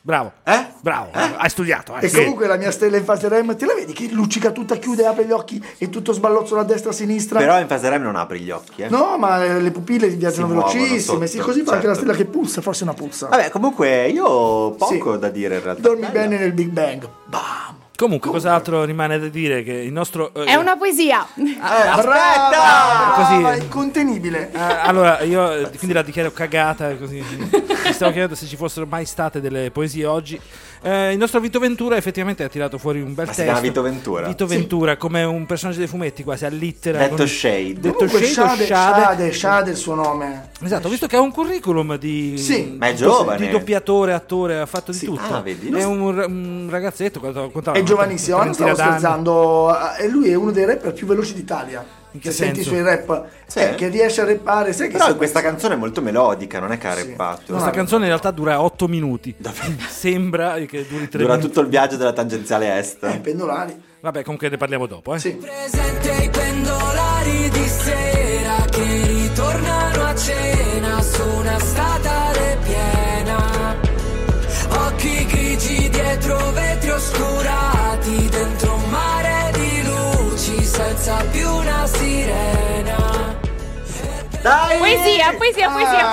[SPEAKER 2] Bravo.
[SPEAKER 4] Eh?
[SPEAKER 2] Bravo, hai studiato. eh,
[SPEAKER 5] E
[SPEAKER 2] sì.
[SPEAKER 5] comunque la mia stella in fase REM, te la vedi che luccica tutta, chiude, apre gli occhi e tutto sballozzola a destra e a sinistra?
[SPEAKER 4] Però in fase REM non apri gli occhi, eh.
[SPEAKER 5] No, ma eh, le pupille viaggiano
[SPEAKER 4] Si muovono
[SPEAKER 5] velocissime, sì,
[SPEAKER 4] sotto,
[SPEAKER 5] così fa anche la
[SPEAKER 4] certo.
[SPEAKER 5] stella che puzza, forse una puzza.
[SPEAKER 4] Vabbè, comunque io ho poco
[SPEAKER 5] Sì.
[SPEAKER 4] da dire in realtà.
[SPEAKER 5] Dormi
[SPEAKER 4] Bella.
[SPEAKER 5] bene nel Big Bang. Bam!
[SPEAKER 2] Comunque, cos'altro rimane da dire? Che il nostro. eh,
[SPEAKER 9] È una poesia.
[SPEAKER 4] Ah,
[SPEAKER 5] Brava,
[SPEAKER 2] Così.
[SPEAKER 5] brava, incontenibile.
[SPEAKER 2] eh, allora, io eh, quindi la dichiaro cagata. Così. Mi stavo chiedendo se ci fossero mai state delle poesie oggi. Eh, il nostro Vito Ventura effettivamente ha tirato fuori un bel
[SPEAKER 4] Ma si
[SPEAKER 2] testo.
[SPEAKER 4] chiama Vito Ventura?
[SPEAKER 2] Vito Ventura, come un personaggio dei fumetti quasi all'ittera.
[SPEAKER 4] Detto
[SPEAKER 2] con-
[SPEAKER 4] Shade.
[SPEAKER 2] Detto
[SPEAKER 5] Comunque
[SPEAKER 2] Shade, o
[SPEAKER 5] Shade,
[SPEAKER 2] Shade.
[SPEAKER 5] Shade, Shade è il suo nome.
[SPEAKER 2] Esatto, ho visto che ha un curriculum di,
[SPEAKER 5] Sì,
[SPEAKER 4] Ma è
[SPEAKER 2] di-
[SPEAKER 4] giovane.
[SPEAKER 2] di doppiatore, attore, ha fatto di
[SPEAKER 5] Sì.
[SPEAKER 2] tutto.
[SPEAKER 4] Ah, vedi?
[SPEAKER 2] È un, ra- un ragazzetto, quanto- quanto-
[SPEAKER 5] È giovanissimo, ma non stavo
[SPEAKER 2] trentina d'anni.
[SPEAKER 5] scherzando. ah, E lui è uno dei rapper più veloci d'Italia.
[SPEAKER 2] In che
[SPEAKER 5] Se senti i
[SPEAKER 2] senso?
[SPEAKER 5] suoi rap,
[SPEAKER 4] Sì.
[SPEAKER 5] eh, che riesce a rappare, sai che
[SPEAKER 4] Però
[SPEAKER 5] se-
[SPEAKER 4] questa canzone è molto melodica, non è che ha rappato.
[SPEAKER 2] Questa canzone in realtà dura 8 minuti. Sembra che duri 3
[SPEAKER 4] Dura
[SPEAKER 2] minuti.
[SPEAKER 4] tutto il viaggio della tangenziale est.
[SPEAKER 5] (laughs) Eh, pendolari.
[SPEAKER 2] Vabbè, comunque ne parliamo dopo. Eh.
[SPEAKER 5] Sì.
[SPEAKER 8] Presente ai pendolari di sera che ritornano a cena su una statale piena. Occhi grigi dietro vetri oscurati, dentro un mare di luci senza più una sirena.
[SPEAKER 4] Dai!
[SPEAKER 9] Poesia, poesia, poesia, poesia,
[SPEAKER 4] Ah.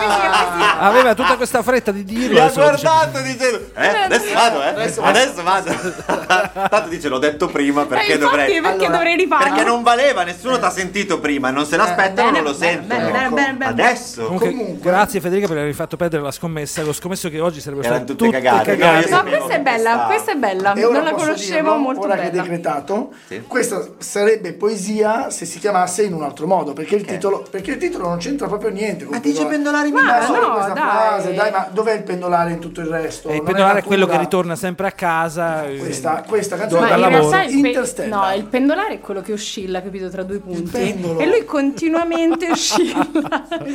[SPEAKER 9] poesia.
[SPEAKER 2] Ah, Aveva tutta questa fretta di dirlo.
[SPEAKER 4] Mi ha
[SPEAKER 2] adesso lo dice-
[SPEAKER 4] guardato dicendo Eh, adesso vado, eh Adesso, vado (laughs) Tanto dice l'ho detto prima perché
[SPEAKER 9] Eh, infatti,
[SPEAKER 4] dovrei
[SPEAKER 9] perché
[SPEAKER 5] Allora,
[SPEAKER 9] dovrei rifarlo?
[SPEAKER 4] Perché non valeva, nessuno t'ha sentito prima Non se l'aspettano,
[SPEAKER 9] bene,
[SPEAKER 4] non lo
[SPEAKER 9] bene,
[SPEAKER 4] sentono
[SPEAKER 9] bene, bene, bene, bene.
[SPEAKER 4] Adesso
[SPEAKER 2] Comunque,
[SPEAKER 5] Comunque-
[SPEAKER 2] grazie Federica per avermi fatto perdere la scommessa. Lo scommesso che oggi sarebbero
[SPEAKER 4] Erano
[SPEAKER 2] state
[SPEAKER 4] tutte cagate, no? Io
[SPEAKER 1] No,
[SPEAKER 4] sapevo
[SPEAKER 1] questa è
[SPEAKER 4] che
[SPEAKER 1] bella,
[SPEAKER 4] stava.
[SPEAKER 1] questa è bella.
[SPEAKER 5] E ora
[SPEAKER 1] Non la
[SPEAKER 5] posso
[SPEAKER 1] conoscevo,
[SPEAKER 5] dirlo,
[SPEAKER 1] molto
[SPEAKER 5] ora che è
[SPEAKER 1] bella.
[SPEAKER 5] decretato,
[SPEAKER 4] Sì.
[SPEAKER 5] questa sarebbe poesia se si chiamasse in un altro modo, perché il titolo, perché il titolo non c'entra proprio niente. con
[SPEAKER 4] Ma
[SPEAKER 5] il
[SPEAKER 4] dice pendolari
[SPEAKER 5] Ma
[SPEAKER 1] Ma
[SPEAKER 5] solo
[SPEAKER 1] no,
[SPEAKER 5] questa
[SPEAKER 1] dai.
[SPEAKER 5] frase, dai, ma dov'è il pendolare in tutto il resto?
[SPEAKER 2] E Eh, il
[SPEAKER 5] Non
[SPEAKER 2] pendolare è
[SPEAKER 5] natura.
[SPEAKER 2] quello che ritorna sempre a casa. eh,
[SPEAKER 5] Questa, questa
[SPEAKER 2] Dove
[SPEAKER 5] canzone
[SPEAKER 1] Ma
[SPEAKER 2] dal
[SPEAKER 1] in
[SPEAKER 2] lavoro.
[SPEAKER 1] realtà il, pe-
[SPEAKER 5] Interstellar.
[SPEAKER 1] no, il pendolare è quello che oscilla, capito, tra due punti.
[SPEAKER 5] pendolo.
[SPEAKER 1] E
[SPEAKER 5] (laughs)
[SPEAKER 1] lui continuamente oscilla.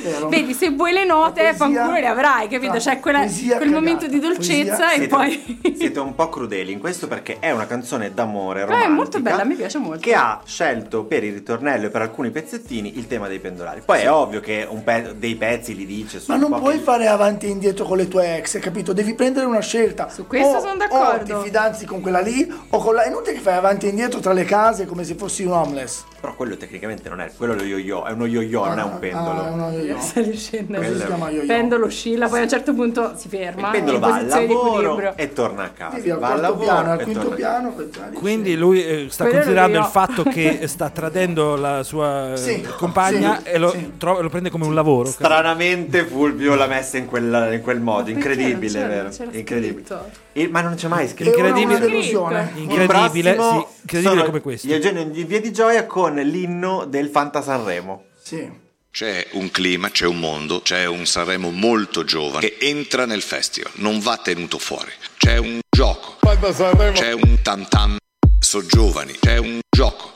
[SPEAKER 5] vero.
[SPEAKER 1] Vedi, se vuoi le note,
[SPEAKER 5] La poesia-
[SPEAKER 1] fanculo le avrai, capito?
[SPEAKER 5] Ah,
[SPEAKER 1] C'è quella-
[SPEAKER 5] poesia
[SPEAKER 1] quel
[SPEAKER 5] cagata,
[SPEAKER 1] momento di dolcezza
[SPEAKER 5] poesia-
[SPEAKER 1] e
[SPEAKER 4] siete,
[SPEAKER 1] eh, poi... (laughs)
[SPEAKER 4] siete un po' crudeli in questo perché è una canzone d'amore
[SPEAKER 1] Però
[SPEAKER 4] romantica
[SPEAKER 1] è molto bella, mi piace molto.
[SPEAKER 4] che ha scelto per il ritornello e per alcuni pezzettini il tema dei pendolari. Poi è ovvio che un pe- dei pezzi li dice su
[SPEAKER 5] Ma non
[SPEAKER 4] pochi-
[SPEAKER 5] puoi fare avanti e indietro con le tue ex, capito? Devi prendere una scelta.
[SPEAKER 1] Su questo
[SPEAKER 5] O-
[SPEAKER 1] sono d'accordo.
[SPEAKER 5] O ti fidanzi con quella lì, o con la. È inutile che fai avanti e indietro tra le case come se fossi un homeless.
[SPEAKER 4] Però quello tecnicamente non è, quello è lo yo-yo, è uno yo-yo, non è un pendolo.
[SPEAKER 5] Ah, no, io, no.
[SPEAKER 1] Sali e scendi.
[SPEAKER 5] Quello
[SPEAKER 4] è-
[SPEAKER 5] si chiama
[SPEAKER 1] Il
[SPEAKER 5] yo-yo.
[SPEAKER 1] pendolo oscilla, poi a un certo punto si ferma.
[SPEAKER 4] Il pendolo
[SPEAKER 1] in
[SPEAKER 4] va al
[SPEAKER 1] posizione di
[SPEAKER 4] lavoro
[SPEAKER 1] equilibrio.
[SPEAKER 4] e torna a casa.
[SPEAKER 5] Vivi al
[SPEAKER 4] va al
[SPEAKER 5] quarto
[SPEAKER 4] lavoro
[SPEAKER 5] piano, al
[SPEAKER 4] e
[SPEAKER 5] quinto
[SPEAKER 4] torna-
[SPEAKER 5] piano. poi tra lì.
[SPEAKER 2] Quindi lui eh, sta
[SPEAKER 1] Quello
[SPEAKER 2] considerando il
[SPEAKER 1] ero io.
[SPEAKER 2] fatto
[SPEAKER 5] (laughs)
[SPEAKER 2] che sta tradendo la sua eh,
[SPEAKER 5] Sì,
[SPEAKER 2] compagna
[SPEAKER 5] sì,
[SPEAKER 2] e lo,
[SPEAKER 5] sì.
[SPEAKER 2] tro- lo prende come un lavoro.
[SPEAKER 4] Stranamente Fulvio l'ha messa in, quella- in quel modo,
[SPEAKER 1] Ma perché
[SPEAKER 4] incredibile,
[SPEAKER 1] non c'era-
[SPEAKER 4] vero?
[SPEAKER 1] c'era
[SPEAKER 4] incredibile.
[SPEAKER 1] scritto?
[SPEAKER 4] Il- ma non c'è mai scritto.
[SPEAKER 5] E ora
[SPEAKER 2] incredibile.
[SPEAKER 5] Una delusione.
[SPEAKER 2] Incredibile,
[SPEAKER 4] Il prossimo
[SPEAKER 2] sì, incredibile
[SPEAKER 4] sono
[SPEAKER 2] come questo.
[SPEAKER 4] Gli Eugenio di Via di Gioia con l'inno del Fanta Sanremo.
[SPEAKER 5] Sì.
[SPEAKER 10] C'è un clima, c'è un mondo, c'è un Sanremo molto giovane che entra nel festival, non va tenuto fuori. C'è un gioco, c'è un tam tam, so giovani, c'è un gioco,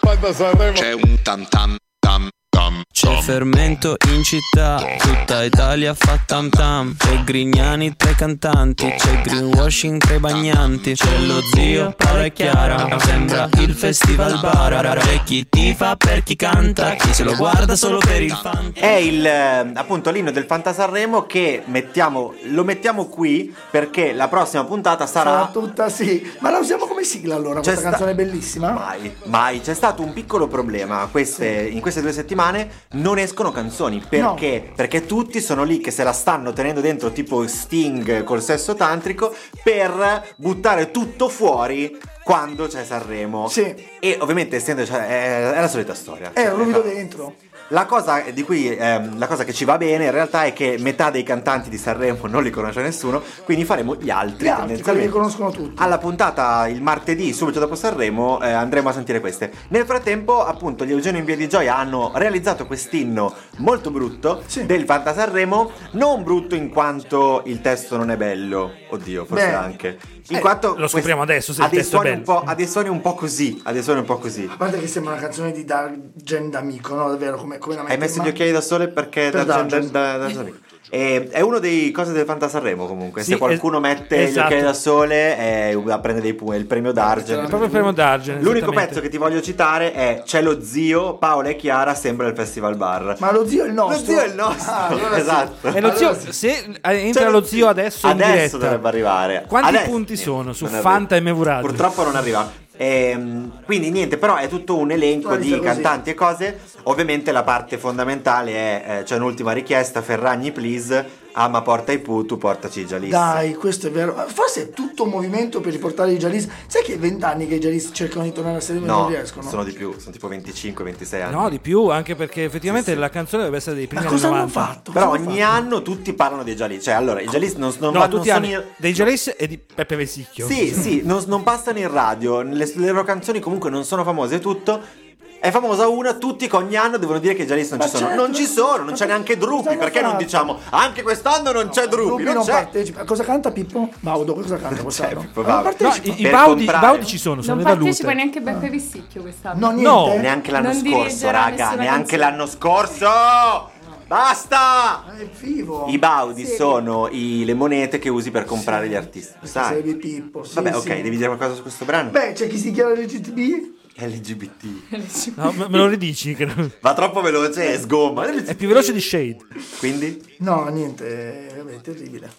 [SPEAKER 10] c'è un tam tam tam tam.
[SPEAKER 11] C'è fermento in città, tutta Italia fa tam tam. C'è Grignani tra i cantanti, c'è greenwashing tra i bagnanti. C'è lo zio pare chiara, sembra il festival bar. C'è chi tifa per chi canta, chi se lo guarda solo per il fan.
[SPEAKER 4] È il eh, appunto l'inno del Fanta Sanremo che mettiamo, lo mettiamo qui perché la prossima puntata
[SPEAKER 5] Sarà
[SPEAKER 4] sarà
[SPEAKER 5] tutta sì. Ma la usiamo come sigla allora?
[SPEAKER 4] C'è
[SPEAKER 5] Questa
[SPEAKER 4] sta-
[SPEAKER 5] canzone è bellissima.
[SPEAKER 4] Mai, mai. C'è stato un piccolo problema. Queste- In queste due settimane non escono canzoni. Perché? Perché tutti sono lì che se la stanno tenendo dentro tipo Sting col sesso tantrico per buttare tutto fuori quando c'è Sanremo.
[SPEAKER 5] Sì. Eh,
[SPEAKER 4] E ovviamente essendo... cioè, è, è la solita storia.
[SPEAKER 5] È
[SPEAKER 4] Cioè,
[SPEAKER 5] un ruvido
[SPEAKER 4] fa-
[SPEAKER 5] dentro.
[SPEAKER 4] la cosa di cui ehm, la cosa che ci va bene in realtà è che metà dei cantanti di Sanremo non li conosce nessuno, quindi faremo gli altri,
[SPEAKER 5] Gli altri, quelli
[SPEAKER 4] tendenzialmente.
[SPEAKER 5] che conoscono tutti.
[SPEAKER 4] Alla puntata il martedì, subito dopo Sanremo, eh, andremo a sentire queste. Nel frattempo, appunto, gli Eugenio in Via di Gioia hanno realizzato quest'inno molto brutto
[SPEAKER 5] Sì.
[SPEAKER 4] del Fanta Sanremo, non brutto in quanto il testo non è bello, oddio, forse
[SPEAKER 5] Beh,
[SPEAKER 4] anche. In
[SPEAKER 5] eh,
[SPEAKER 4] quanto
[SPEAKER 2] lo scopriamo
[SPEAKER 4] quest-
[SPEAKER 2] adesso se
[SPEAKER 4] ha
[SPEAKER 2] il
[SPEAKER 4] dei
[SPEAKER 2] testo è
[SPEAKER 4] suoni un
[SPEAKER 2] bello.
[SPEAKER 4] po'- ha dei suoni un po' così, ha dei suoni un po' così.
[SPEAKER 5] A parte che sembra una canzone di Dargen D'Amico, no? Davvero, come, come la
[SPEAKER 4] Hai
[SPEAKER 5] mette-
[SPEAKER 4] messo
[SPEAKER 5] ma-
[SPEAKER 4] gli occhiali da sole perché
[SPEAKER 5] Per
[SPEAKER 4] da, da,
[SPEAKER 5] Dungeons.
[SPEAKER 4] da- da- da- E è uno dei cose del Fantasanremo comunque.
[SPEAKER 2] Sì,
[SPEAKER 4] Se qualcuno
[SPEAKER 2] es-
[SPEAKER 4] mette gli
[SPEAKER 2] esatto.
[SPEAKER 4] occhiali da sole eh, prende dei pu- il premio d'argento.
[SPEAKER 2] È proprio il premio d'argento,
[SPEAKER 4] L'unico
[SPEAKER 2] esattamente.
[SPEAKER 4] pezzo che ti voglio citare è C'è lo zio, Paola e Chiara, sempre al Festival Bar.
[SPEAKER 5] Ma lo zio è il nostro.
[SPEAKER 4] Lo zio è il nostro.
[SPEAKER 5] Ah, allora sì.
[SPEAKER 4] esatto.
[SPEAKER 2] E lo zio, se eh, entra
[SPEAKER 4] Cioè,
[SPEAKER 2] lo zio adesso, in
[SPEAKER 4] adesso
[SPEAKER 2] diretta,
[SPEAKER 4] dovrebbe arrivare.
[SPEAKER 2] Quanti
[SPEAKER 4] Adesso-
[SPEAKER 2] punti
[SPEAKER 4] niente,
[SPEAKER 2] sono su
[SPEAKER 4] non arriva.
[SPEAKER 2] Fanta e Mevuraggio?
[SPEAKER 4] Purtroppo non arriva. Ehm, quindi niente, però è tutto un elenco
[SPEAKER 5] Ah,
[SPEAKER 4] di
[SPEAKER 5] dice così.
[SPEAKER 4] cantanti e cose. Ovviamente la parte fondamentale è eh, c'è un'ultima richiesta, Ferragni please, ama porta i putu, portaci i Giallissi.
[SPEAKER 5] Dai, questo è vero. Ma Forse è tutto un movimento per riportare i Jalis. Sai che è vent'anni che i Jalis cercano di tornare a serie ma non
[SPEAKER 4] No,
[SPEAKER 5] riescono?
[SPEAKER 4] sono di più, sono tipo 25-26 anni.
[SPEAKER 2] No, di più, anche perché effettivamente la canzone dovrebbe essere dei primi
[SPEAKER 5] Ma
[SPEAKER 2] anni
[SPEAKER 5] cosa hanno
[SPEAKER 2] 90.
[SPEAKER 5] fatto?
[SPEAKER 4] Però
[SPEAKER 5] Cosa hanno
[SPEAKER 4] ogni
[SPEAKER 5] fatto?
[SPEAKER 4] anno tutti parlano dei Giallissi, cioè allora i Giallissi non, non,
[SPEAKER 2] No,
[SPEAKER 4] non
[SPEAKER 2] tutti hanno
[SPEAKER 4] sono in-
[SPEAKER 2] dei Jalis e di Peppe Vesicchio.
[SPEAKER 4] Sì, sì, non, non passano in radio, le, le loro canzoni comunque non sono famose e tutto. È famosa una, tutti che ogni anno devono dire che i Jalis non
[SPEAKER 5] Ma
[SPEAKER 4] ci sono.
[SPEAKER 5] certo,
[SPEAKER 4] non ci sono, non
[SPEAKER 5] ma
[SPEAKER 4] c'è neanche Drupi,
[SPEAKER 5] bisogna
[SPEAKER 4] perché non
[SPEAKER 5] farlo.
[SPEAKER 4] diciamo anche quest'anno non c'è Drupi,
[SPEAKER 5] Lupi
[SPEAKER 4] non
[SPEAKER 5] non
[SPEAKER 4] c'è. Cioè,
[SPEAKER 5] partecipa. Cosa canta Pippo? Baudo, cosa canta quest'anno?
[SPEAKER 4] Pippo
[SPEAKER 5] Non
[SPEAKER 4] Baudo.
[SPEAKER 2] No,
[SPEAKER 5] partecipa.
[SPEAKER 2] i, i
[SPEAKER 4] Per
[SPEAKER 2] Baudi, i
[SPEAKER 4] comprare.
[SPEAKER 2] Baudi ci sono, sono
[SPEAKER 9] Non
[SPEAKER 2] le
[SPEAKER 9] partecipa
[SPEAKER 2] valute.
[SPEAKER 9] neanche Beppe Vissicchio quest'anno.
[SPEAKER 5] Ah. No,
[SPEAKER 1] (laughs)
[SPEAKER 5] niente.
[SPEAKER 2] No,
[SPEAKER 4] Neanche l'anno
[SPEAKER 9] Non
[SPEAKER 4] scorso,
[SPEAKER 9] dirigerà
[SPEAKER 4] raga,
[SPEAKER 9] nessuna
[SPEAKER 4] neanche
[SPEAKER 9] canzone.
[SPEAKER 4] l'anno scorso! Basta!
[SPEAKER 5] È vivo.
[SPEAKER 4] I Baudi
[SPEAKER 5] Sì.
[SPEAKER 4] sono i- le monete che usi per comprare gli artisti, lo
[SPEAKER 5] Perché sei
[SPEAKER 4] sai?
[SPEAKER 5] di Pippo. sì,
[SPEAKER 4] Vabbè,
[SPEAKER 5] sì.
[SPEAKER 4] ok, devi dire qualcosa su questo brano?
[SPEAKER 5] Beh, c'è chi si chiama LGTB?
[SPEAKER 4] LGBT.
[SPEAKER 2] No, me me lo ridici? che non-
[SPEAKER 4] Va troppo veloce, è sgomma.
[SPEAKER 2] È più veloce di Shade.
[SPEAKER 4] Quindi?
[SPEAKER 5] No, niente, è- è terribile.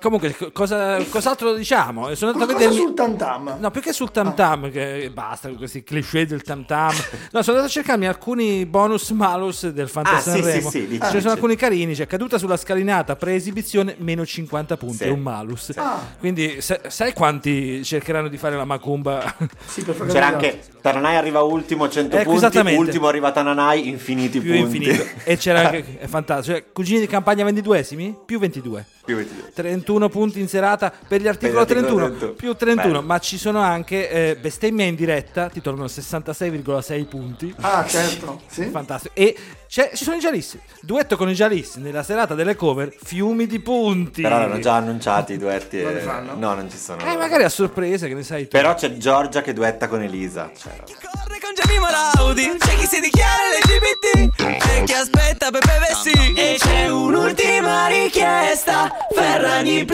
[SPEAKER 2] Comunque, co- cosa, cos'altro diciamo? Eh, Sono andato a
[SPEAKER 5] Qualcosa
[SPEAKER 2] vedere.
[SPEAKER 5] sul tantam.
[SPEAKER 2] No, più che sul tam tam, che basta con questi cliché del tam tam. No, sono andato a cercarmi alcuni bonus malus del
[SPEAKER 4] Ah, sì,
[SPEAKER 2] Fantasanremo.
[SPEAKER 4] sì, sì, dici,
[SPEAKER 2] Ce ne
[SPEAKER 4] dici.
[SPEAKER 2] sono alcuni carini, cioè caduta sulla scalinata pre-esibizione, meno 50 punti,
[SPEAKER 4] Sì.
[SPEAKER 2] è un malus. Quindi sa- sai quanti cercheranno di fare la macumba? (laughs)
[SPEAKER 5] Sì, per far
[SPEAKER 4] C'era
[SPEAKER 5] capire.
[SPEAKER 4] anche Tananai arriva ultimo 100
[SPEAKER 2] Ecco,
[SPEAKER 4] punti,
[SPEAKER 2] esattamente.
[SPEAKER 4] ultimo arriva Tananai infiniti
[SPEAKER 2] più
[SPEAKER 4] punti.
[SPEAKER 2] infinito. E c'era anche, è fantastico, cioè cugini di campagna 22esimi, più 22.
[SPEAKER 4] (laughs) Più 22.
[SPEAKER 2] 31 punti in serata per gli articolo
[SPEAKER 4] l'articolo
[SPEAKER 2] 31,
[SPEAKER 4] 31.
[SPEAKER 2] più 31,
[SPEAKER 4] Bello.
[SPEAKER 2] ma ci sono anche eh, bestemmia in diretta, ti tornano 66,6 punti.
[SPEAKER 5] Ah, certo. Sì.
[SPEAKER 2] Fantastico. E c'è- ci sono i Jalis. Duetto con i Jalis nella serata delle cover, fiumi di punti.
[SPEAKER 4] Però erano già annunciati i duetti.
[SPEAKER 5] Non
[SPEAKER 4] e-
[SPEAKER 5] li fanno?
[SPEAKER 4] No, non ci sono.
[SPEAKER 2] Eh, magari a sorpresa, che ne sai tu.
[SPEAKER 4] Però c'è Giorgia che duetta con Elisa. Cioè,
[SPEAKER 11] Corre con Gianni Laudi, c'è chi si dichiara LGBT, c'è chi aspetta Pepe Vessi e c'è un'ultima richiesta, Ferragni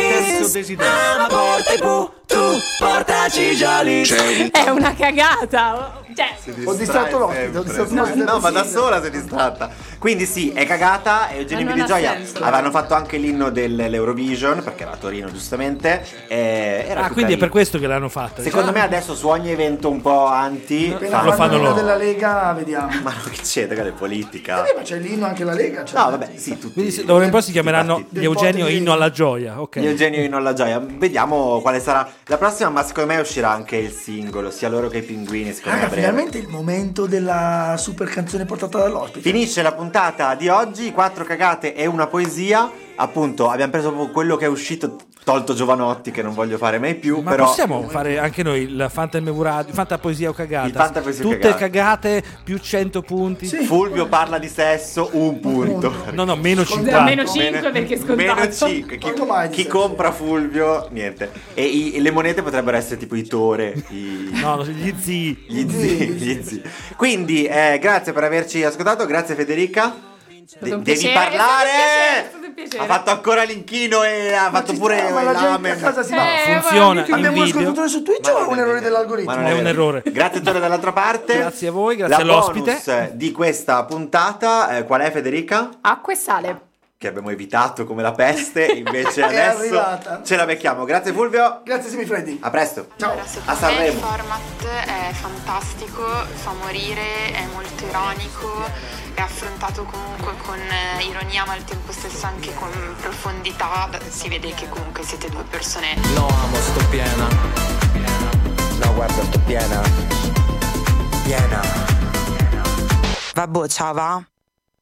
[SPEAKER 11] please. Ama porta i pu, tu portaci già lì.
[SPEAKER 10] C'è un
[SPEAKER 9] È una cagata. Cioè,
[SPEAKER 5] Ho distratto l'ospite. ho distratto l'ospite.
[SPEAKER 4] No, ma da sola sei distratta. Quindi sì, è cagata e Eugenio
[SPEAKER 1] Ma non ha
[SPEAKER 4] Vigioia
[SPEAKER 1] senso,
[SPEAKER 4] avevano fatto anche l'inno dell'Eurovision, perché era a Torino giustamente. e era
[SPEAKER 2] ah, quindi
[SPEAKER 4] più
[SPEAKER 2] è
[SPEAKER 4] carino.
[SPEAKER 2] per questo che l'hanno fatta.
[SPEAKER 4] Secondo me adesso su ogni evento un po' anti...
[SPEAKER 5] Appena
[SPEAKER 2] Lo fanno
[SPEAKER 5] fanno l'ino
[SPEAKER 2] loro.
[SPEAKER 5] della Lega, vediamo.
[SPEAKER 4] (laughs) Ma che c'è, raga, è politica.
[SPEAKER 5] Eh, ma c'è l'ino anche la Lega. cioè, c'è.
[SPEAKER 4] No, vabbè, sì, tutti.
[SPEAKER 2] Quindi se- d'ora in poi si
[SPEAKER 4] tutti
[SPEAKER 2] chiameranno
[SPEAKER 4] partiti.
[SPEAKER 2] gli Eugenio
[SPEAKER 5] Dei
[SPEAKER 2] Inno alla Gioia. Ok.
[SPEAKER 4] Gli Eugenio Inno alla Gioia. Vediamo quale sarà la prossima, ma secondo me uscirà anche il singolo, sia loro che i pinguini, secondo me.
[SPEAKER 5] Raga,
[SPEAKER 4] a breve.
[SPEAKER 5] ah, finalmente il momento della super canzone portata dall'ospite.
[SPEAKER 4] Finisce la puntata di oggi, quattro cagate e una poesia. Appunto, abbiamo preso proprio quello che è uscito, tolto Giovanotti, che non voglio fare mai più,
[SPEAKER 2] Ma
[SPEAKER 4] però...
[SPEAKER 2] possiamo fare anche noi il Fanta il Mevuraggio, Fanta Poesia o Cagata?
[SPEAKER 4] Il Fanta Poesia o
[SPEAKER 2] Tutte
[SPEAKER 4] Cagata.
[SPEAKER 2] cagate, più 100 punti.
[SPEAKER 4] Fulvio parla di sesso, un punto. (laughs)
[SPEAKER 2] No, no, meno 50.
[SPEAKER 9] da meno 5 perché è scontato.
[SPEAKER 4] Meno 5. Chi,
[SPEAKER 5] Quanto mai di
[SPEAKER 4] chi
[SPEAKER 5] sesso?
[SPEAKER 4] compra Fulvio, niente. E, i- e le monete potrebbero essere tipo i tore, i...
[SPEAKER 2] No, no, gli zii.
[SPEAKER 4] Gli zii, gli zii. Quindi, eh, grazie per averci ascoltato, grazie Federica. De-
[SPEAKER 1] stato un
[SPEAKER 4] devi
[SPEAKER 1] piacere,
[SPEAKER 4] parlare!
[SPEAKER 1] è stato un piacere, è stato un piacere.
[SPEAKER 4] Ha fatto ancora l'inchino e ha
[SPEAKER 5] Ma
[SPEAKER 4] fatto
[SPEAKER 5] ci
[SPEAKER 4] pure
[SPEAKER 5] sta, ma la gente a
[SPEAKER 4] l'amen.
[SPEAKER 5] casa si
[SPEAKER 9] Eh,
[SPEAKER 2] Funziona
[SPEAKER 5] va.
[SPEAKER 9] avanti.
[SPEAKER 2] il
[SPEAKER 5] Abbiamo un
[SPEAKER 2] video.
[SPEAKER 5] ascoltatore su Twitch
[SPEAKER 4] Ma
[SPEAKER 5] o
[SPEAKER 4] non
[SPEAKER 5] è un
[SPEAKER 4] è
[SPEAKER 5] errore
[SPEAKER 4] vero. Ma
[SPEAKER 5] dell'algoritmo?
[SPEAKER 4] non
[SPEAKER 2] È un errore.
[SPEAKER 4] Grazie Tore dall'altra parte.
[SPEAKER 2] Grazie a voi, grazie
[SPEAKER 4] La
[SPEAKER 2] all'ospite.
[SPEAKER 4] bonus, eh, di questa puntata, eh, qual è Federica?
[SPEAKER 9] Acqua e sale.
[SPEAKER 4] Che abbiamo evitato come la
[SPEAKER 5] (laughs)
[SPEAKER 4] peste, invece
[SPEAKER 5] È
[SPEAKER 4] adesso
[SPEAKER 5] arrivata.
[SPEAKER 4] ce la becchiamo. Grazie Fulvio,
[SPEAKER 5] Grazie Semifreddi.
[SPEAKER 4] a presto.
[SPEAKER 5] Ciao.
[SPEAKER 4] A
[SPEAKER 12] Il
[SPEAKER 4] Sanremo.
[SPEAKER 12] format è fantastico, fa morire, è molto ironico, è affrontato comunque con eh, ironia ma al tempo stesso anche con profondità, si vede che comunque siete due persone
[SPEAKER 11] No, amo, sto piena.
[SPEAKER 3] No, guarda, sto piena. Piena.
[SPEAKER 12] Vabbè, ciao va.